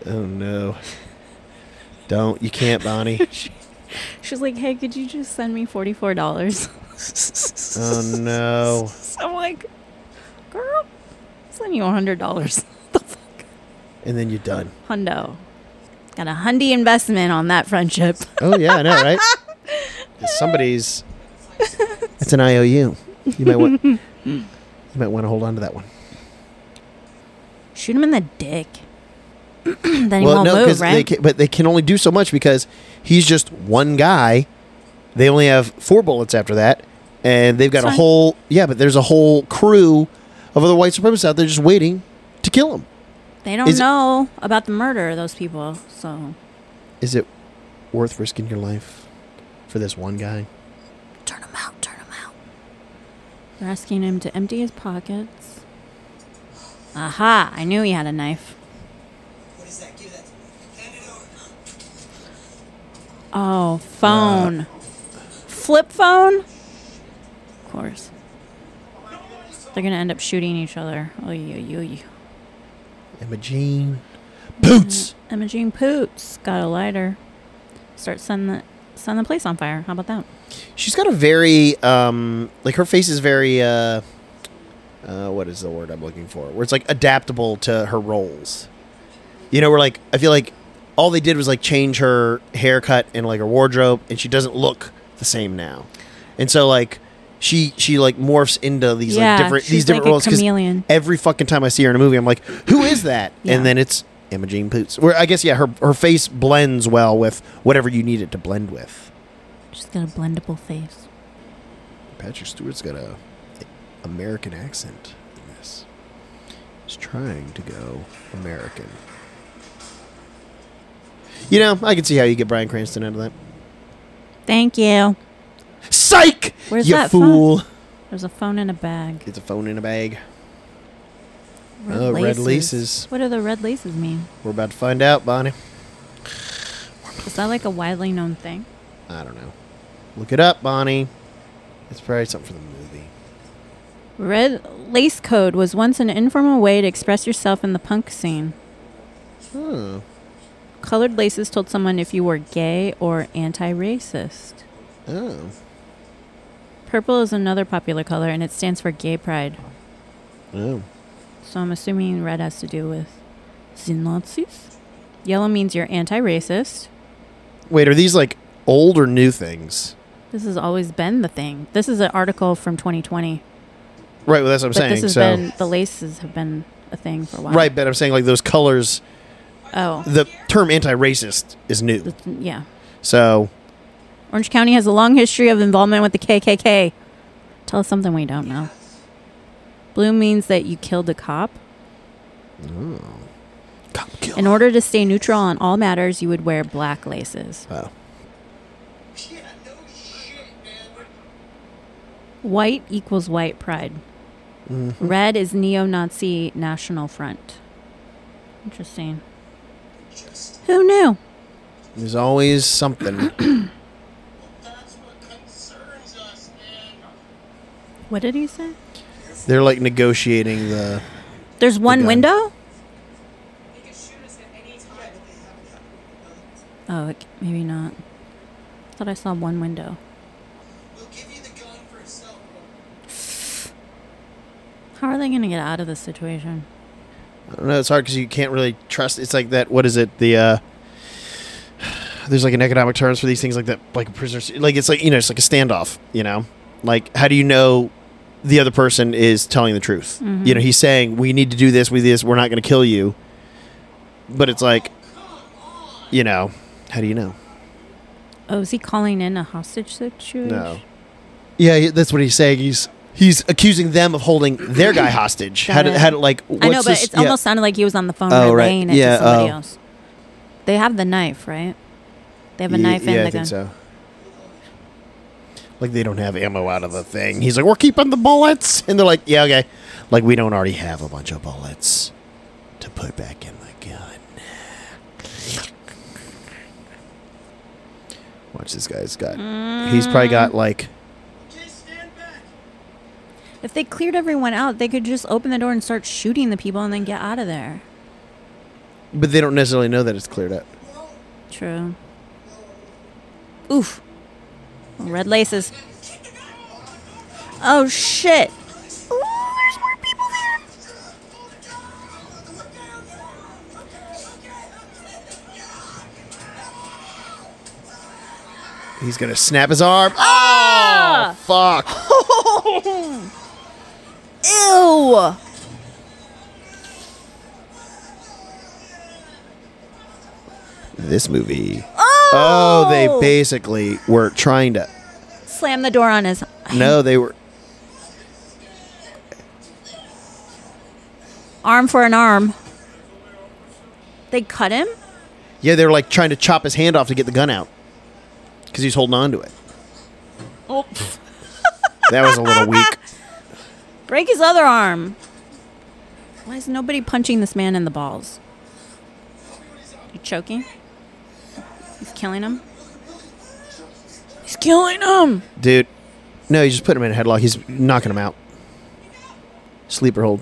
oh no don't you can't Bonnie *laughs* She's like, "Hey, could you just send me forty-four dollars?" *laughs* oh no I'm like, "Girl, send you hundred dollars." *laughs* the fuck, and then you're done hundo. Got a hundy investment on that friendship. oh yeah I know right *laughs* somebody's *laughs* it's an IOU you might want you might want to hold on to that one Shoot him in the dick. *clears throat* then he well won't no move, they right? can, but they can only do so much because he's just one guy they only have four bullets after that and they've got That's a fine. whole yeah but there's a whole crew of other white supremacists out there just waiting to kill him They don't Is it- know about the murder of those people, so is it worth risking your life for this one guy turn them out, turn them out. They're asking him to empty his pockets. Aha! I knew he had a knife. What is that? Give that to me. Hand it over. Oh, phone. Flip phone? Of course. They're gonna end up shooting each other. Oy, oy, oy. Emma Jean Boots Imogene Poots got a lighter. Start send the send the place on fire. How about that? she's got a very um like her face is very uh uh, what is the word I'm looking for? Where it's like adaptable to her roles. You know, we're like I feel like all they did was like change her haircut and like her wardrobe, and she doesn't look the same now. And so like she she like morphs into these Yeah, like different she's these different like a roles 'cause chameleon. every fucking time I see her in a movie, I'm like, who is that? Yeah. And then it's Imogene Poots. Where I guess yeah, her her face blends well with whatever you need it to blend with. She's got a blendable face. Patrick Stewart's got a American accent in this. He's trying to go American. You know, I can see how you get Brian Cranston out of that. Thank you. Psych! Where's you that fool! There's a phone in a bag. It's a phone in a bag. Oh, red laces. What do the red laces mean? We're about to find out, Bonnie. Is that like a widely known thing? I don't know. Look it up, Bonnie. It's probably something for the movie. Red lace code was once an informal way to express yourself in the punk scene. Oh. Colored laces told someone if you were gay or anti racist. Oh. Purple is another popular color and it stands for gay pride. Oh. So I'm assuming red has to do with the Nazis. Yellow means you're anti racist. Wait, are these like old or new things? This has always been the thing. This is an article from 2020. Right, well, that's what I'm But saying. this has so. been, the laces have been a thing for a while. Right, but I'm saying like those colors Oh, the term anti-racist is new. that's- yeah. So Orange County has a long history of involvement with the KKK. Tell us something we don't know. Blue means that you killed a cop. In order to stay neutral on all matters, you would wear black laces. Oh. Yeah, no shit, man. White equals white pride. Mm-hmm. Red is neo Nazi National Front. Interesting. Just Who knew? There's *coughs* always something. that's what concerns us, man. What did he say? They're like negotiating the. There's one gun. window? They could shoot us at any time. but they haven't happened. Oh, it, maybe not. Thought I saw one window. We'll give you the gun for a cell phone. How are they going to get out of this situation? I don't know. It's hard because you can't really trust. It's like that. What is it? The. uh There's like an economic terms for these things like that. Like prisoners. Like it's like you know. It's like a standoff. You know. Like how do you know the other person is telling the truth? Mm-hmm. You know, he's saying we need to do this. We do this. We're not going to kill you. But it's like, you know, how do you know? Oh, is he calling in a hostage situation? No. Yeah, he- that's what he's saying. He's he's accusing them of holding *coughs* their guy hostage. Got How did it. how did like what's I know, but this- it's yeah. almost sounded like he was on the phone Oh, right. relaying it Yeah, to somebody oh. else. They have the knife, right? They have a Ye- knife yeah, and the I gun. think so. Like they don't have ammo out of the thing. He's like, "We're keeping the bullets," and they're like, "Yeah, okay." Like we don't already have a bunch of bullets to put back in the gun. Watch this guy's got. He's probably got like Okay, stand back. If they cleared everyone out, they could just open the door and start shooting the people and then get out of there. but they don't necessarily know that it's cleared up. True. Oof. Red laces. Oh shit. Ooh, there's more people there. He's gonna snap his arm. Oh, Ah. *gasps* fuck! Ew. This movie. Oh. Oh, they basically were trying to. slam the door on his. No, they were. Arm for an arm. They cut him? Yeah, they were like trying to chop his hand off to get the gun out because he's holding on to it. Oh. that was a little weak. Break his other arm. Why is nobody punching this man in the balls? You choking? He's killing him? He's killing him! Dude, no, you just put him in a headlock. He's knocking him out. Sleeper hold.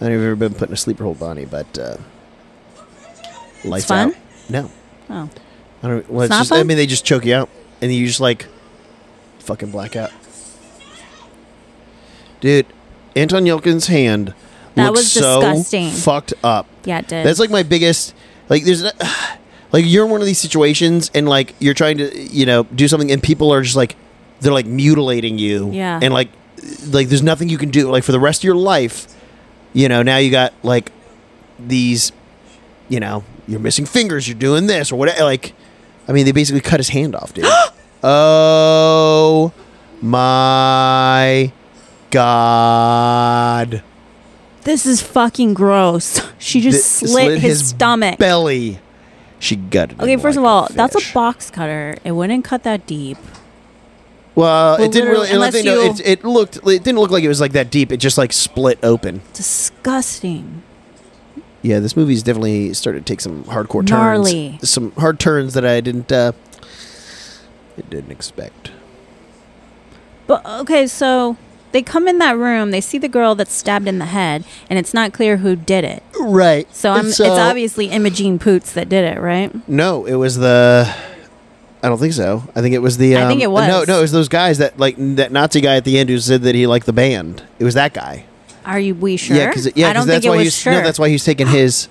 I don't know if you've ever been put in a sleeper hold, Bonnie, but uh, lights fun? out. No, Oh. I don't. Well, It's it's not just, I fun? mean, they just choke you out, and you just like fucking black out. Dude, Anton Yelkin's hand That looks was so disgusting. fucked up. Yeah, it did. That's like my biggest. Like, there's not- *sighs* like you're in one of these situations, and like you're trying to you know do something, and people are just like they're like mutilating you. Yeah. And like like there's nothing you can do. Like for the rest of your life, you know. Now you got like these, you know, you're missing fingers. You're doing this or whatever. Like, I mean, they basically cut his hand off, *gasps* dude. oh my god. this is fucking gross. *laughs* She just Th- slit, his, stomach. belly. She gutted. okay, him first like of all, that's fish. a box cutter. It wouldn't cut that deep. Well, it didn't literally, really. Unless unless you, you- it, it looked. It didn't look like it was like that deep. It just like split open. Disgusting. Yeah, this movie's definitely started to take some hardcore Gnarly. turns. Some hard turns that I didn't. uh I didn't expect. But okay, so they come in that room, they see the girl that's stabbed in the head, and it's not clear who did it. Right. So, I'm, it's uh, obviously Imogene Poots that did it, right? No, it was the. I don't think so. I think it was the. I Um, think it was. No, no, it was those guys that like that Nazi guy at the end who said that he liked the band. It was that guy. Are you we sure? Yeah, because yeah, I 'cause don't that's think it why was he's sure. no, that's why he's taking his.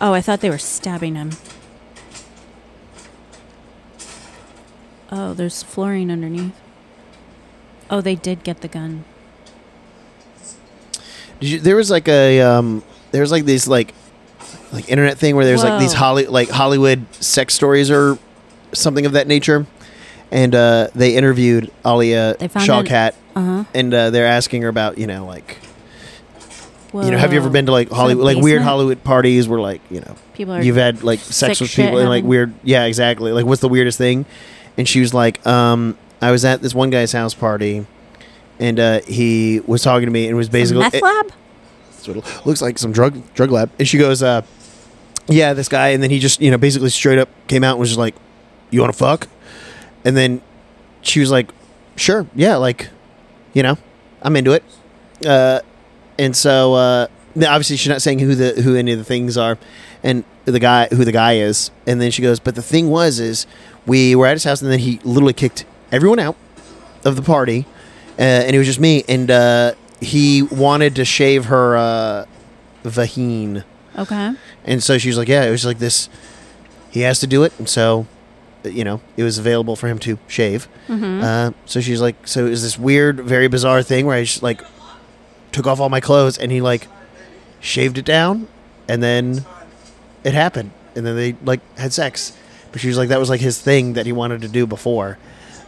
oh, I thought they were stabbing him. Oh, there's flooring underneath. Oh, they did get the gun. Did you, there was like a um, there was like these like like internet thing where there's like these Whoa. Holly like Hollywood sex stories or something of that nature, and uh, they interviewed Alia They found an- Shawkat, Uh huh. and uh, they're asking her about you know like you know have you ever been to like Hollywood like weird basement? Hollywood parties where like you know People are. you've had like sex sick with shit people and like happen. weird yeah exactly like what's the weirdest thing and she was like um i was at this one guy's house party and uh, he was talking to me and was basically Meth it- lab? that's what it looks like some drug drug lab. And she goes, uh, "Yeah, this guy." And then he just you know basically straight up came out and was just like, "You want to fuck?" And then she was like, "Sure, yeah, like, you know, I'm into it." Uh, and so uh, now, obviously she's not saying who the who any of the things are, and the guy who the guy is. And then she goes, "But the thing was is we were at his house and then he literally kicked everyone out." of the party, uh, and it was just me. And uh, he wanted to shave her uh, vagine, Okay. and so she was like, "Yeah, it was like this. He has to do it." And so, uh, you know, it was available for him to shave. Mm-hmm. Uh, so she's like, "So it was this weird, very bizarre thing where I just like took off all my clothes, and he like shaved it down, and then it happened, and then they like had sex." But she was like, "That was like his thing that he wanted to do before."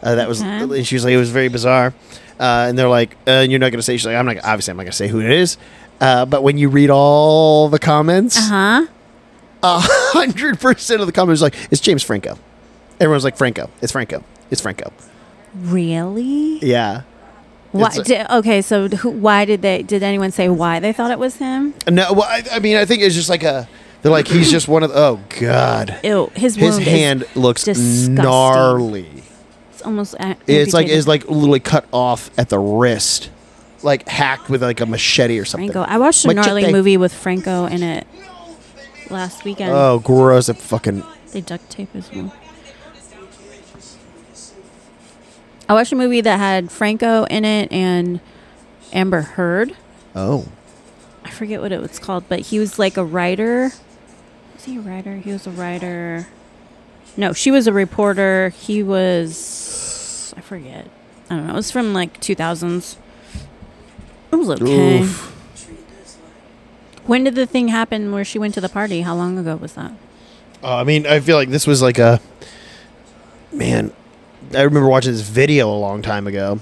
Uh, that was, Okay. and she was like, it was very bizarre. Uh, and they're like, uh, you're not gonna say. She's like, I'm not. Obviously, I'm not gonna say who it is. Uh, but when you read all the comments, Uh huh. a hundred percent of the comments are like, it's James Franco. Everyone's like, Franco. It's Franco. It's Franco. Really? Yeah. Why? It's a- di- okay, so who, why did they? Did anyone say why they thought it was him? No. Well, I, I mean, I think it's just like a. They're like, he's just one of. The, oh God. Ew, his His wound is- hand looks disgusting. gnarly. it's almost. uh, a- It's like amputated. it's like literally cut off at the wrist, like hacked with like a machete or something. Franco. I watched a Machete. gnarly movie with Franco in it last weekend. Oh, gross! It fucking They duct tape as well. I watched a movie that had Franco in it and Amber Heard. oh. I forget what it was called, but he was like a writer. Was he a writer? He was a writer. No, she was a reporter. He was. I forget. I don't know. It was from like 2000s. It was okay. Oof. When did the thing happen where she went to the party? How long ago was that? Uh, I mean, I feel like this was like a man. I remember watching this video a long time ago,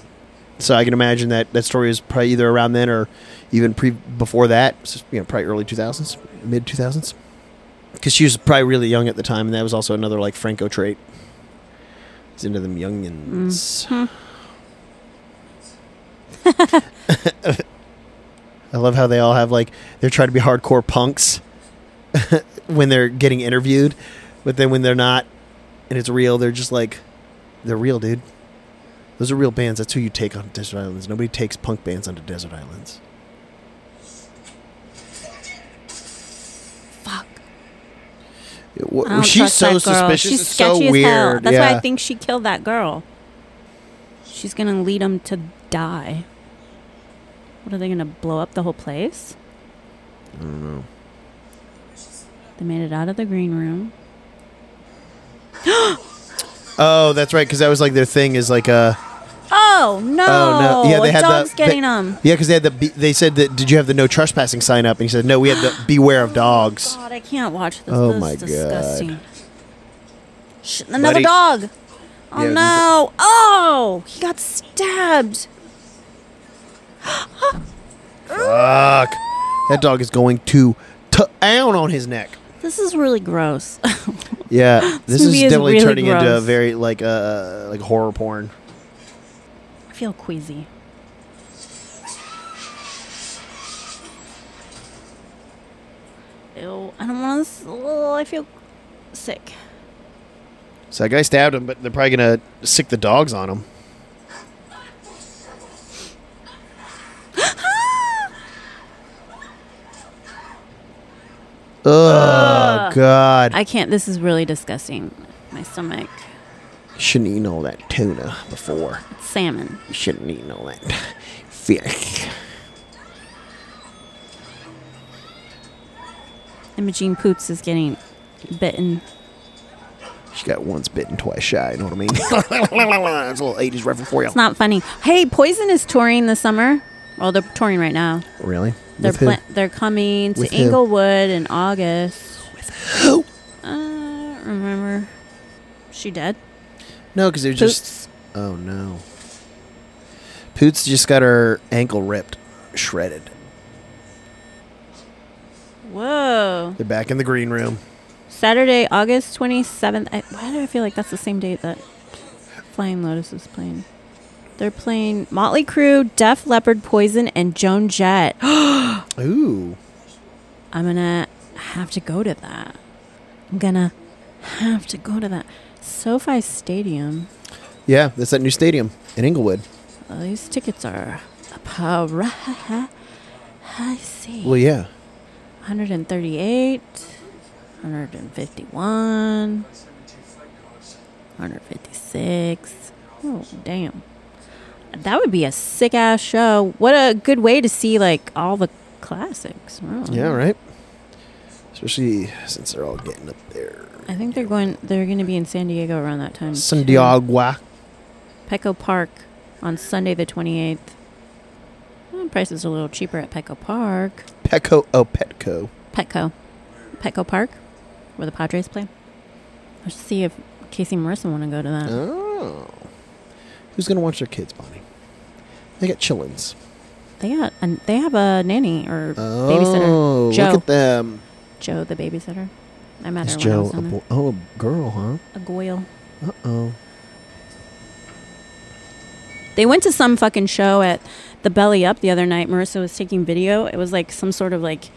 so I can imagine that that story is probably either around then or even pre before that. s- You know, probably early two thousands, mid two thousands, because she was probably really young at the time, and that was also another like Franco trait. He's into them youngins. *laughs* I love how they all have like they're trying to be hardcore punks *laughs* when they're getting interviewed, but then when they're not and it's real, they're just like they're real, dude. Those are real bands. That's who you take on desert islands. Nobody takes punk bands onto desert islands. Fuck. It- I wh- don't She's trust so that girl. suspicious. She's it's sketchy so as weird. hell. That's why I Yeah. think she killed that girl. She's gonna lead them to die. What are they gonna blow up the whole place? I don't know. They made it out of the green room. Oh, that's right. Because that was like their thing is like uh Oh no! Oh no! Yeah, they a had dog's the getting they, them. Yeah, because they had the. Be- they said that. Did you have the no trespassing sign up? And he said, No, we *gasps* had the beware of dogs. God, I can't watch this. Oh, this my is God. disgusting. Sh- another Buddy. dog. Oh Yeah, these- no! Oh, he got stabbed. Fuck! That dog is going to town on his neck. This is really gross. *laughs* *gasps* Yeah, this is movie is definitely really turning into a gross. very like uh like horror porn. I feel queasy. Ew, I don't want to. Oh, I feel sick. So that guy stabbed him, but they're probably gonna sick the dogs on *laughs* him. Oh God! I can't. This is really disgusting. My stomach. Shouldn't eaten all that tuna before. It's salmon. Shouldn't eaten all that *laughs* fish. Imogene Poots is getting bitten. She got once bitten, twice shy. You know what I mean? *laughs* That's a little '80s reference for you. It's not funny. Hey, Poison is touring this summer. Well, they're touring right now. really? They're With who? pla- they're coming to With who? Inglewood in August. who? Uh, I don't remember. She dead? *gasps* No, because they're Poots. just. Oh no. Poots just got her ankle ripped, shredded. Whoa. They're back in the green room. Saturday, August 27th. I, why do I feel like that's the same date that Flying Lotus is playing? They're playing Motley Crue, Def Leppard, Poison, and Joan Jett. *gasps* Ooh. I'm gonna have to go to that. I'm gonna have to go to that. SoFi Stadium. Yeah, that's that new stadium in Inglewood. Well, these tickets are a par- I see. Well, yeah. 138, 151, 156. Oh, damn. That would be a sick ass show. What a good way to see like all the classics. Wow. Yeah, right. Especially since they're all getting up there. I think they're going they're going to be in San Diego around that time. too. Sandiagua. Petco Park on Sunday the 28th. Well, prices are a little cheaper at Petco Park. Petco. Oh, Petco. Petco. Petco Park, where the Padres play. Let's see if Casey and Marissa want to go to that. Oh. Who's going to watch their kids, Bonnie? They got chillins. They got and they have a nanny or Oh, babysitter. Joe, look at them. Joe the babysitter. I met Is her when I Joe a was on boy? Oh, a girl, huh? there. A goyle. Uh oh. They went to some fucking show at the Belly Up the other night. Marissa was taking video. It was like some sort of like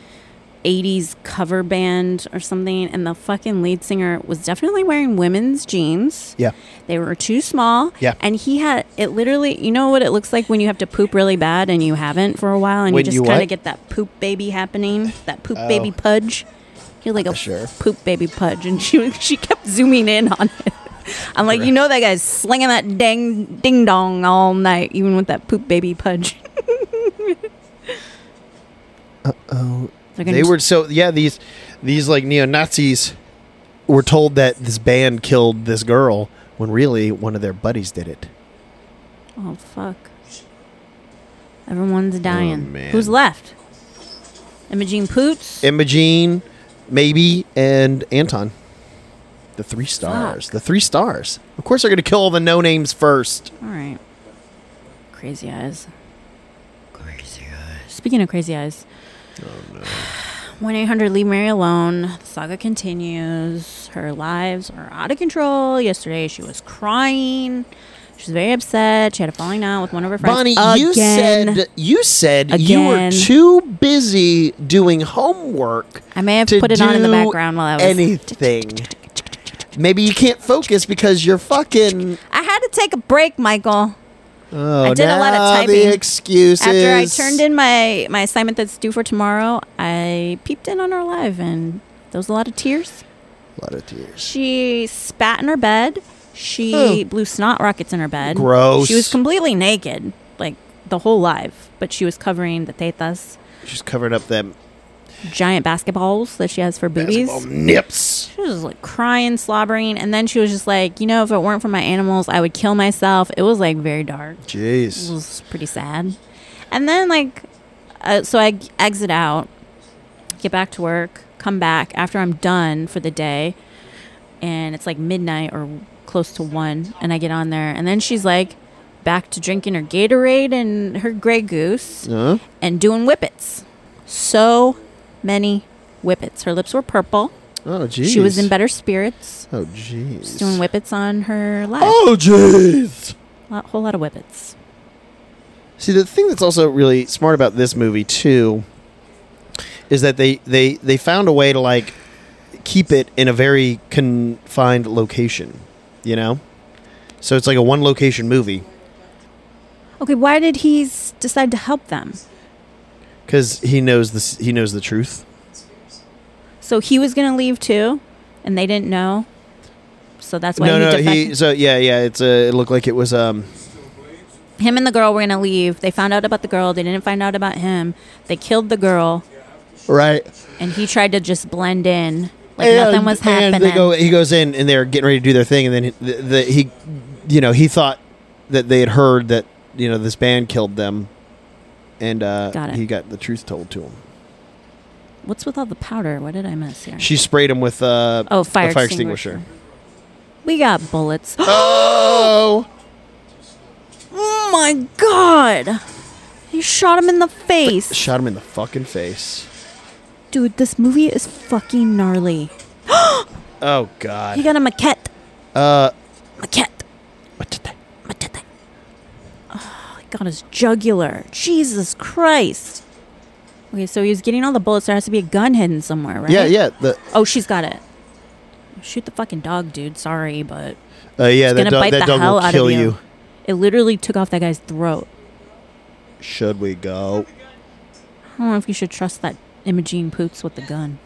80s cover band or something. And the fucking lead singer was definitely wearing women's jeans. Yeah. They were too small. Yeah. And he had it literally, you know what it looks like when you have to poop really bad and you haven't for a while and When you just you kind what? of get that poop baby happening, that poop Oh. baby pudge. You're like a Sure. poop baby pudge. And she, *laughs* she kept zooming in on it. I'm like, you know that guy's slinging that dang ding dong all night, even with that poop baby pudge. *laughs* Oh. They're gonna They t- were so yeah these these like neo Nazis were told that this band killed this girl when really one of their buddies did it. Oh fuck! Everyone's dying. Oh, man. Who's left? Imogene Poots. Imogene, maybe, and Anton. The three stars. Fuck. The three stars. Of course, they're gonna kill all the no names first. all right. Crazy eyes. Crazy eyes. Speaking of crazy eyes. Oh, *sighs* One eight hundred Leave Mary Alone. The saga continues. Her lives are out of control. Yesterday she was crying. She was very upset. She had a falling out with one of her friends. Bonnie, again. you said you said you were Again. too busy doing homework. I may have to put it on in the do background while I was *laughs* anything. Maybe you can't focus because you're fucking. I had to take a break, Michael. Oh, I did a lot of now typing. The excuses. After I turned in my my assignment that's due for tomorrow, I peeped in on her live, and there was a lot of tears. a lot of tears. She spat in her bed. She Oh. blew snot rockets in her bed. Gross. She was completely naked, like the whole live, but she was covering the tetas, She's covered up them giant basketballs that she has for boobies. basketball nips. She was just, like crying, slobbering, and then she was just like, you know, if it weren't for my animals, I would kill myself. It was like very dark. It Jeez. was pretty sad. And then like, uh, so I g- exit out, get back to work, come back after I'm done for the day, and it's like midnight or close to one, and I get on there, and then she's like, back to drinking her Gatorade and her Grey Goose Huh? and doing whippets. So many whippets. Her lips were purple. Oh, jeez. She was in better spirits. Oh, She's doing jeez. whippets on her live. Oh, jeez. A whole lot of whippets. See, the thing that's also really smart about this movie too is that they they they found a way to like keep it in a very confined location, you know. So it's like a one location movie Okay, why did he s- decide to help them? because he knows this he knows the truth. So he was going to leave too, and they didn't know. So that's why no, he no, defected. he so yeah, yeah. It's a, it looked like it was um him and the girl were going to leave. They found out about the girl. They didn't find out about him. They killed the girl, right. and he tried to just blend in like And- nothing was and happening. they go, he goes in, and they're getting ready to do their thing, and then he, the, the, he, you know, he thought that they had heard that you know this band killed them, and uh, Got it. he got the truth told to him. What's with all the powder? What did I miss here? She sprayed him with uh, Oh, fire a fire extinguisher. extinguisher. we got bullets. *gasps* Oh, oh my god! He shot him in the face. shot him in the fucking face. Dude, this movie is fucking gnarly. Oh He God. got a maquette. Uh, Maquette. what's that? Maquette. Oh, got his jugular. Jesus Christ. Okay, so he was getting all the bullets. There has to be a gun hidden somewhere, right? Yeah, yeah. The uh, Oh, she's got it. Shoot the fucking dog, dude. Sorry, but uh, yeah, that gonna dog, bite that the dog hell will out of kill you. you. it literally took off that guy's throat. Should we go? I don't know if you should trust that Imogene Poots with the gun.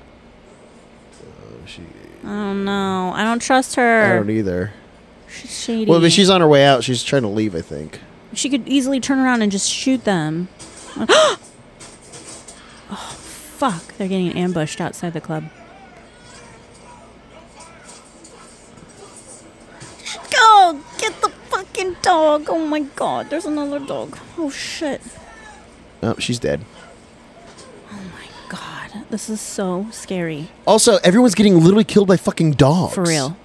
Oh, She, I don't know. I don't trust I her. don't either. she's shady. Well, but she's on her way out. She's trying to leave, I think. she could easily turn around and just shoot them. *gasps* oh, fuck. They're getting ambushed outside the club. Go! Get the fucking dog! Oh my god, there's another dog. Oh shit. Oh, she's dead. God, this is so scary. Also, everyone's getting literally killed by fucking dogs. For real.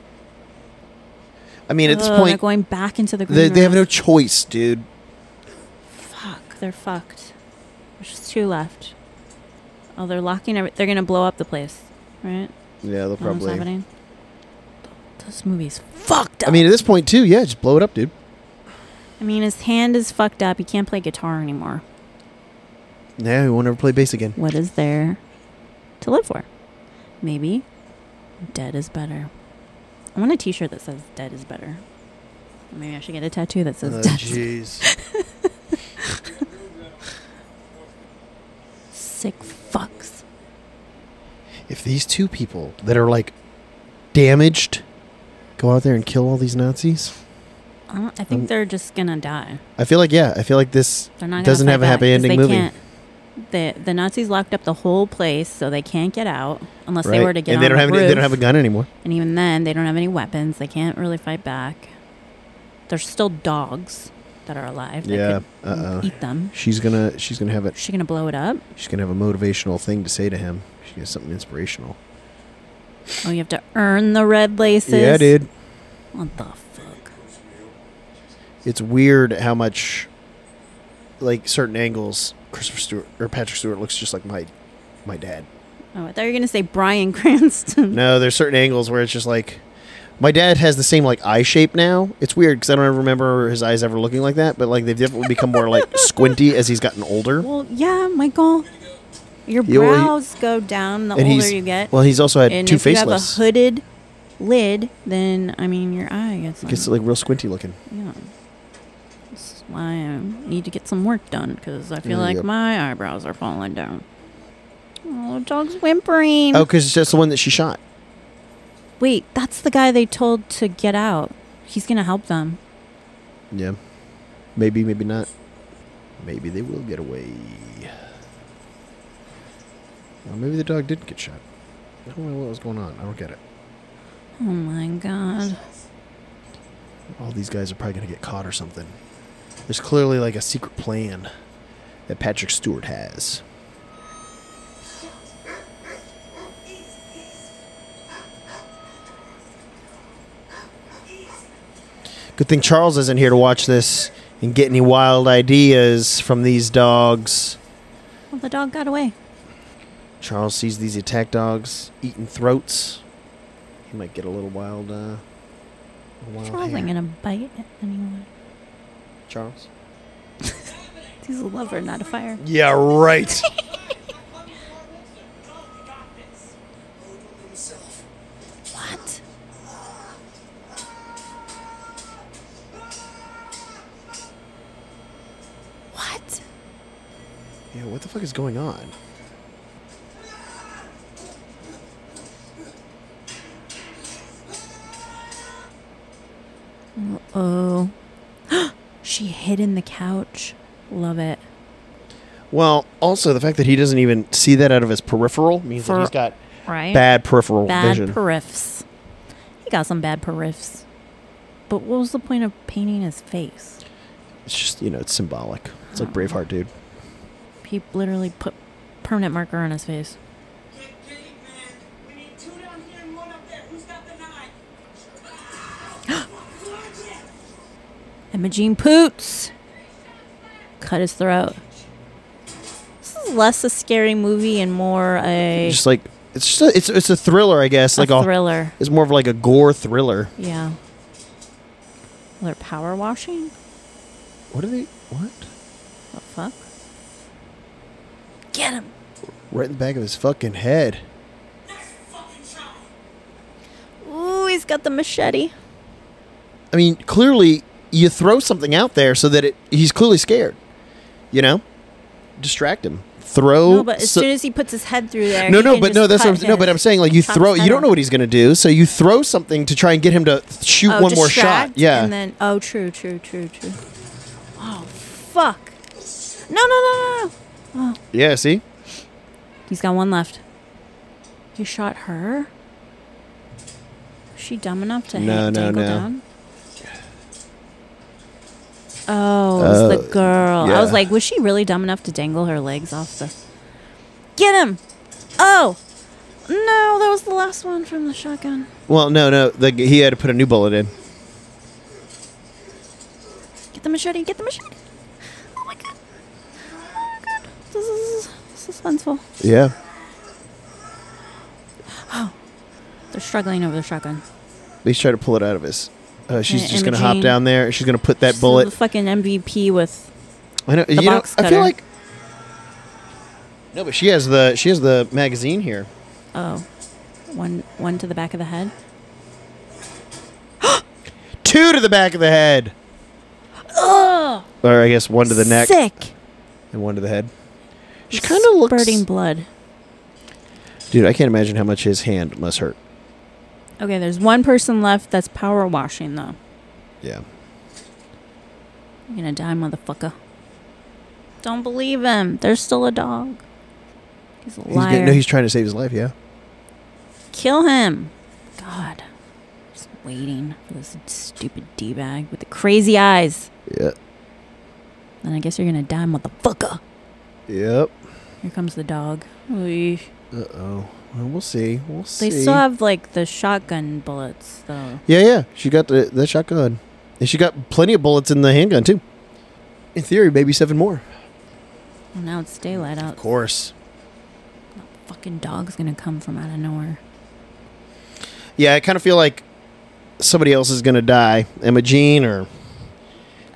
I mean, at this Ugh, they're point, going back into the green they, they have room. no choice, dude. Fuck, they're fucked. There's just two left. Oh, they're locking. Every- they're gonna blow up the place, right? Is Yeah, they'll that what's probably. happening? This movie's fucked up. I mean, at this point, too, yeah, just blow it up, dude. I mean, his hand is fucked up. He can't play guitar anymore. Yeah, we won't ever play *laughs* bass again. What is there to live for? Maybe dead is better. I want a T-shirt that says "Dead is better." Maybe I should get a tattoo that says Oh, "Dead." is jeez. Sick fucks. if these two people that are, like, damaged go out there and kill all these Nazis, I, don't, I think Um, they're just gonna die. I feel like, yeah, I feel like this They're not. Gonna doesn't fight have a happy back 'cause ending they movie. Can't, the the Nazis locked up the whole place, so they can't get out unless they right? were to get and on they don't the have roof. any, they don't have a gun anymore. and even then, they don't have any weapons. They can't really fight back. There's still dogs that are alive. They Yeah. could Uh oh. eat them. She's gonna she's gonna have it. Is she gonna blow it up? She's gonna have a motivational thing to say to him. She has something inspirational. Oh, you have to earn the red laces. Yeah, dude. What the fuck? It's weird how much, like certain angles, Christopher Stewart or Patrick Stewart looks just like my, my dad. Oh, I thought you were gonna say Brian *laughs* Cranston. No, there's certain angles where it's just like, my dad has the same like eye shape now. It's weird because I don't ever remember his eyes ever looking like that. But like they've definitely become more like *laughs* squinty as he's gotten older. Well, yeah, Michael. Your Yeah, well, he- brows go down the and older he's you get. well, he's also had and two if you have a faceless. hooded lid, then I mean your eye gets. Gets on- like real squinty looking. yeah. That's why I need to get some work done because I feel Yeah, like Mm, yep. my eyebrows are falling down. Oh, the dog's whimpering. Oh, because it's just the one that she shot. Wait, that's the guy they told to get out. He's gonna help them. Yeah. Maybe, maybe not. Maybe they will get away. Well, maybe the dog did get shot. I don't know what was going on. I don't get it. Oh my god. All these guys are probably going to get caught or something. There's clearly like a secret plan that Patrick Stewart has. Good thing Charles isn't here to watch this and get any wild ideas from these dogs. Well, the dog got away. Charles sees these attack dogs eating throats. He might get a little wild. Uh, a wild Charles hair. ain't gonna bite at anyone. Charles. He's a lover, not a fire. Yeah, right. *laughs* What? What? yeah, what the fuck is going on? Oh. *gasps* she hid in the couch. Love it. Well, also the fact that he doesn't even see that out of his peripheral means For- that he's got Right? bad peripheral Bad vision. periffs. He got some bad periffs. But what was the point of painting his face? it's just you know it's symbolic. It's like Oh. Braveheart, dude. He literally put permanent marker on his face. *gasps* Imogene Poots cut his throat. This is less a scary movie and more a, Just like it's just a, it's it's a thriller, I guess. a like a, thriller. it's more of like a gore thriller. Yeah. Well, They're power washing? What are they? What? What fuck? Get him. Right in the back of his fucking head. Next fucking try. Ooh, he's got the machete. I mean, clearly you throw something out there so that it, he's clearly scared. You know, distract him. Throw. No, but as so- soon as he puts his head through there, no, he no, can but just no. That's what cut I'm, no, his- but I'm saying like you chop throw. his You head don't know off. what he's gonna do, so you throw something to try and get him to th- shoot Oh, one more shot. distract, Yeah. and then oh, true, true, true, true. Oh, fuck! No, no, no, no, no. yeah. See. He's got one left. He shot her. Was she dumb enough to No, hang, no, dangle no. down? Oh, it was Oh, the girl. I was yeah. like, was she really dumb enough to dangle her legs off the? Get him! Oh, no, that was the last one from the shotgun. Well, no, no. The, he had to put a new bullet in. Get the machete! Get the machete! Oh my god! Oh my god! This is suspenseful. Yeah. They're struggling over the shotgun. At least try to pull it out of his. Uh, she's Yeah, just gonna hop Imogene. down there. She's gonna put that She's bullet. The fucking MVP with I know. you know, box I feel cutter. like. No, but she has the she has the magazine here. Oh. One one to the back of the head. Two to the back of the head, Oh, or I guess one to the neck Sick. and one to the head. She kind of looks. spurting blood. Dude, I can't imagine how much his hand must hurt. Okay, there's one person left that's power washing though. Yeah. You're gonna die, motherfucker. Don't believe him. There's still a dog. He's a He's liar. gonna, no, he's trying to save his life. Yeah. Kill him. God. Just waiting for this stupid D bag with the crazy eyes. Yeah. Then I guess you're gonna die, motherfucker. Yep. Here comes the dog. Oy. Uh oh. Well, we'll see. We'll see. They still have like the shotgun bullets though. yeah, yeah. She got the that shotgun, and she got plenty of bullets in the handgun too. In theory, maybe seven more. Well, now it's daylight out. Of course. Fucking dog's gonna come from out of nowhere. Yeah, I kind of feel like somebody else is going to die. Imogene or.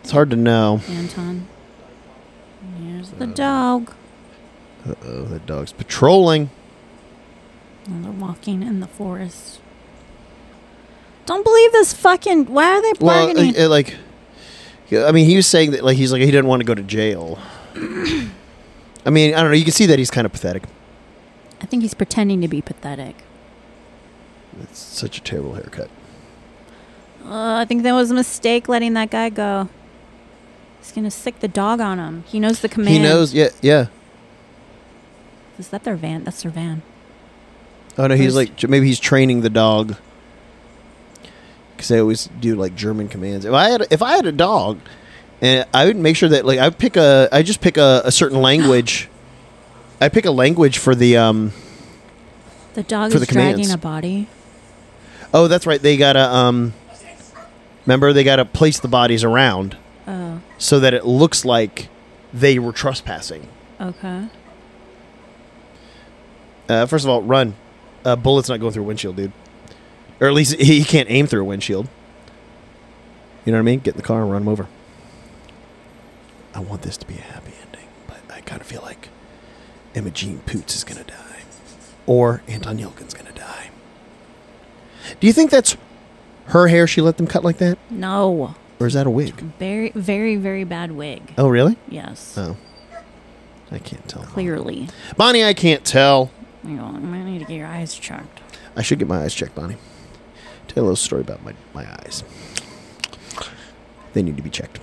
It's hard to know. Anton. Here's the dog. Uh oh, that dog's patrolling. And they're walking in the forest. Don't believe this fucking. Why are they Well, bargaining? uh, uh, like. yeah, I mean, he was saying that, like, he's like, he didn't want to go *coughs* to jail. I mean, I don't know. You can see that he's kind of pathetic. I think he's pretending to be pathetic. It's such a terrible haircut. Uh, I think that was a mistake letting that guy go. He's gonna sick the dog on him. He knows the command. He knows, yeah, yeah. Is that their van? That's their van. Oh, no, he's Where's- like, maybe he's training the dog. Because they always do, like, German commands. If I had, if I had a dog, and I would make sure that, like, I would pick a, I just pick a, a certain language. *gasps* I pick a language for the, um, The dog For is the commands. dragging a body. Oh, that's right. They gotta um, remember they gotta place the bodies around Oh, so that it looks like they were trespassing. okay. Uh, first of all, run. Uh, bullet's not going through a windshield, dude. Or at least he he can't aim through a windshield. You know what I mean? Get in the car and run him over. I want this to be a happy ending, but I kind of feel like Imogene Poots is gonna die, or Anton Yelkin's gonna die. Do you think that's her hair? She let them cut like that? No. Or is that a wig? Very, very, very bad wig. Oh, really? Yes. Oh. I can't tell. Clearly. Bonnie, I can't tell. You know, you might need to get your eyes checked. I should get my eyes checked, Bonnie. Tell a little story about my, my eyes. They need to be checked.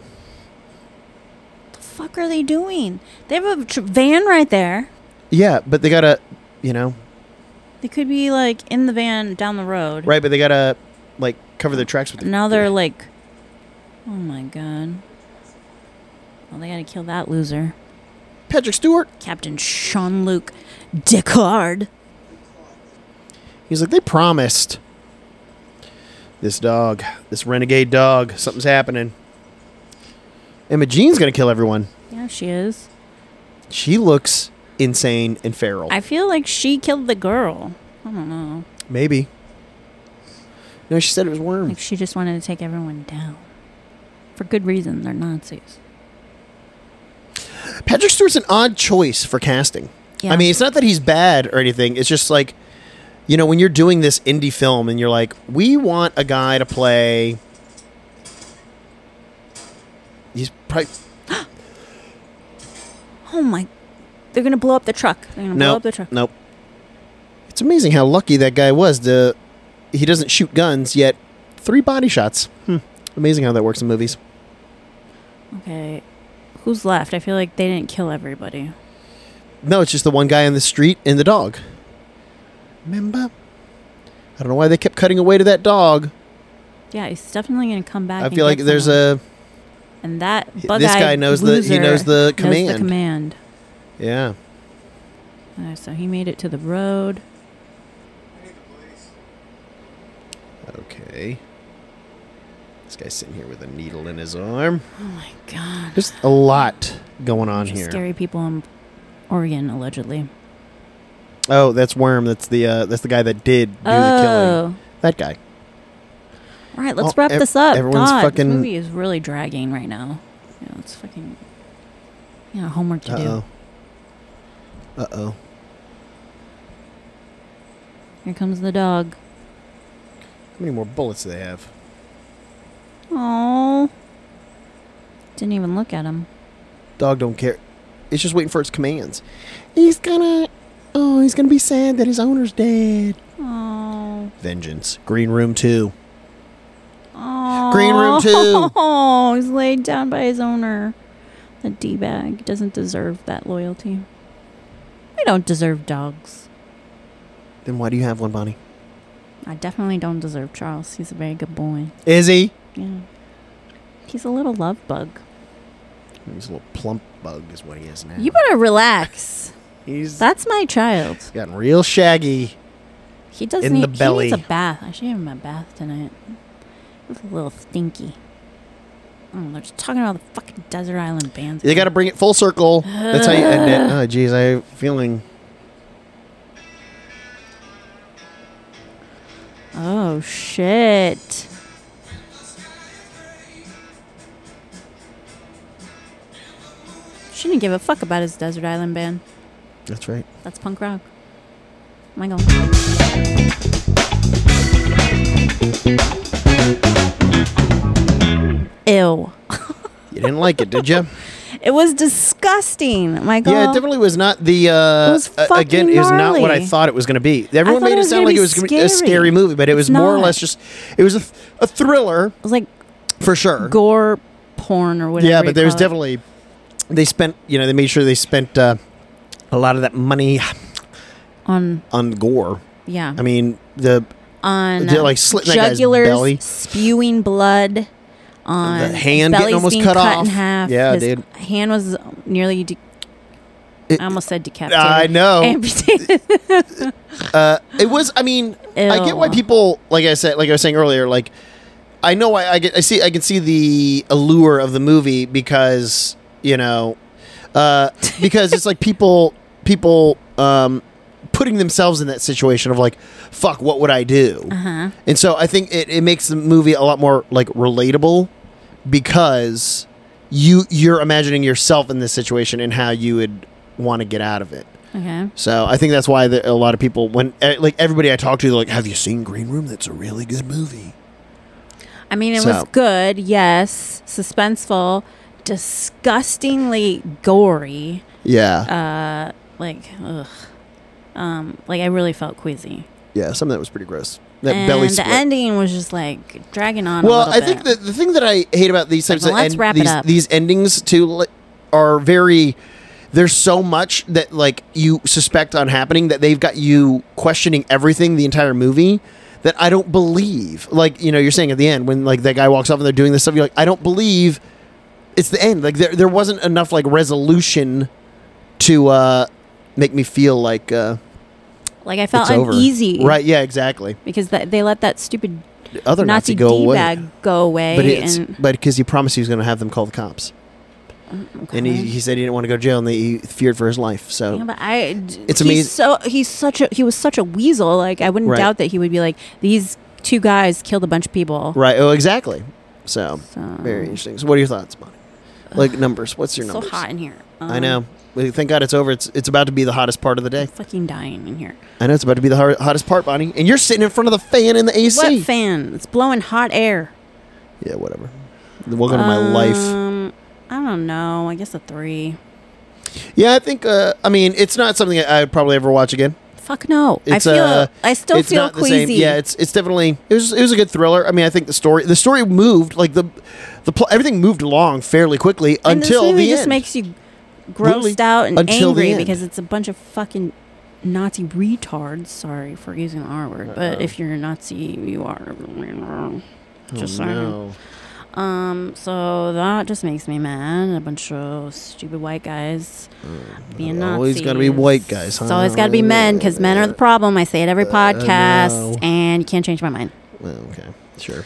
The fuck are they doing? They have a tr- van right there. Yeah, but they gotta, you know, They could be like in the van down the road. right, but they gotta, like, cover their tracks with the. Now they're like, oh my god. Well, they gotta kill that loser, Patrick Stewart. Captain Sean Luke Deckard. He's like, they promised. This dog, this renegade dog, something's happening. Imogene's gonna kill everyone. Yeah, she is. She looks insane and feral. I feel like she killed the girl. I don't know. Maybe. No, she said it was worms. Like she just wanted to take everyone down. For good reason. They're Nazis. Patrick Stewart's an odd choice for casting. Yeah. I mean, it's not that he's bad or anything. It's just like, you know, when you're doing this indie film and you're like, we want a guy to play. He's probably Oh my! They're gonna blow up the truck. They're gonna blow no, up the truck. nope. It's amazing how lucky that guy was. To he doesn't shoot guns yet. Three body shots. Hmm. Amazing how that works in movies. Okay, who's left? I feel like they didn't kill everybody. No, it's just the one guy on the street and the dog. Remember? I don't know why they kept cutting away to that dog. Yeah, he's definitely gonna come back. I and feel like get there's someone. a and that this bug guy knows the- he knows the command. command. yeah. Uh, so he made it to the road. Okay. This guy's sitting here with a needle in his arm. Oh my god! There's a lot going on Just here. Scary people in Oregon allegedly. Oh, that's Worm. That's the uh, that's the guy that did do the killing. Oh, That guy. all right. Let's Oh, wrap ev- this up. everyone's god, fucking- this movie is really dragging right now. Yeah, it's fucking. Yeah, homework to Uh do. oh. Uh oh. Here comes the dog. How many more bullets do they have? Oh. Didn't even look at him. Dog don't care. It's just waiting for its commands. He's gonna. Oh, he's gonna be sad that his owner's dead. Oh. Vengeance. Green Room 2. Oh. Green room too. Oh, *laughs* he's laid down by his owner. The D bag doesn't deserve that loyalty. I don't deserve dogs. Then why do you have one, Bonnie? I definitely don't deserve Charles. He's a very good boy. Is he? Yeah. He's a little love bug. He's a little plump bug, is what he is now. You better relax. He's That's my child. gotten real shaggy. He does In need the belly. He needs a bath. I should give him a bath tonight. It's a little stinky. Oh, they're just talking about the fucking desert island bands. You gotta bring it full circle. That's how you end it. *sighs* Oh, jeez, I have a feeling. Oh shit. Shouldn't give a fuck about his desert island band. That's right. That's punk rock. Michael. Ew. You didn't like *laughs* it, did you? It was disgusting, Michael. Yeah, it definitely was not the. Uh, was uh, again, fucking it was not what I gnarly. thought it was going to be. Everyone thought made it it, was sound gonna like be it was going to be a scary. scary movie, but it was It's more or not. less just. It was a, th- a thriller It was like for sure. gore porn or whatever. yeah, you but there was call it. definitely. They spent, you know, they made sure they spent uh, a lot of that money on on gore. yeah I mean, the on they're like slitting that guy's jugulars belly. spewing blood on The hand bellies getting almost being cut off. in half. Yeah, His dude. hand was nearly. De- It- I almost said decapitated. I know. Amputated. Uh, it was. I mean, *laughs* I get why Ew. people, like I said, like I was saying earlier, like I know I, I get, I see, I can see the allure of the movie because you know, uh, because it's like people, people, um, putting themselves in that situation of like, fuck, what would I do? uh-huh. And so I think it, it makes the movie a lot more like relatable because you you're imagining yourself in this situation and how you would want to get out of it. Okay. So I think that's why the, a lot of people, when eh, like everybody I talk to, they're like, "Have you seen Green Room? That's a really good movie." I mean, it was So- good. Yes, suspenseful, disgustingly gory. Yeah, Uh, like ugh. Um, like I really felt queasy. yeah, some of that was pretty gross. That and belly the split. ending was just like dragging on. well, a I little think bit. that the thing that I hate about these types Like, of well, let's end- wrap it these up. these endings to li- are very. There's so much that like you suspect on happening that they've got you questioning everything the entire movie. That I don't believe. Like you know, you're saying at the end when like that guy walks off and they're doing this stuff. You're like, I don't believe. It's the end. Like there, there wasn't enough like resolution to uh make me feel like uh like I felt it's over. uneasy. Right? Yeah, exactly. because th- they let that stupid The other Nazi, Nazi, go away. D-bag go away. But it's and, but because he promised he was going to have them call the cops, and he, he said he didn't want to go to jail, and they, he feared for his life. So oh, Yeah, but I, d- It's he's amazing- So he's such a he was such a weasel. Like I wouldn't Right. doubt that he would be like these two guys killed a bunch of people. right, oh, exactly. So So, very interesting. So what are your thoughts, Bonnie? like numbers. What's your Oh. so numbers? hot in here. Um, I know. Well, Thank God it's over. It's it's about to be the hottest part of the day. Fucking dying in here. I know it's about to be the har- hottest part, Bonnie. And you're sitting in front of the fan in the AC. What fan? It's blowing hot air. yeah, whatever. Welcome to my life. Um, I don't know. I guess a three. Yeah, I think. Uh, I mean, it's not something I would probably ever watch again. Fuck no. It's, I feel. uh, I still it's feel not the same. queasy. Yeah, it's it's definitely it was it was a good thriller. I mean, I think the story the story moved like the the pl- everything moved along fairly quickly and until this movie the just end. makes you grossed Literally, out and until the angry end. because it's a bunch of fucking Nazi retards. Sorry for using the R word, but Uh-oh. if you're a Nazi, you are. Just oh, saying. no. Um, so that just makes me mad. A bunch of stupid white guys being Nazis. always gotta be white guys, It's always got to be huh? Uh, men because men are the problem. I say it every podcast, no. and you can't change my mind. Well, okay, sure.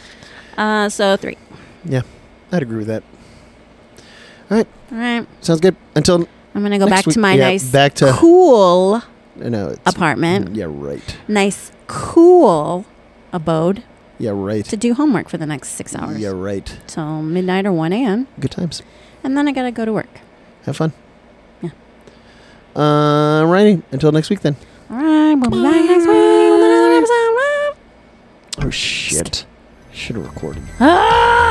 Uh, so three. Yeah, I'd agree with that. All right, Sounds good. Until I'm gonna go Next back week- to my yeah, nice, back to- cool no, it's, apartment, Yeah, right. nice, cool abode Yeah, right. to do homework for the next six hours Yeah, right. till midnight or one a.m. Good times. And then I gotta go to work. Have fun. Yeah. Uh, righty. Until next week then. All right, we'll be back next week with another episode. Oh shit! Should have recorded. Ah!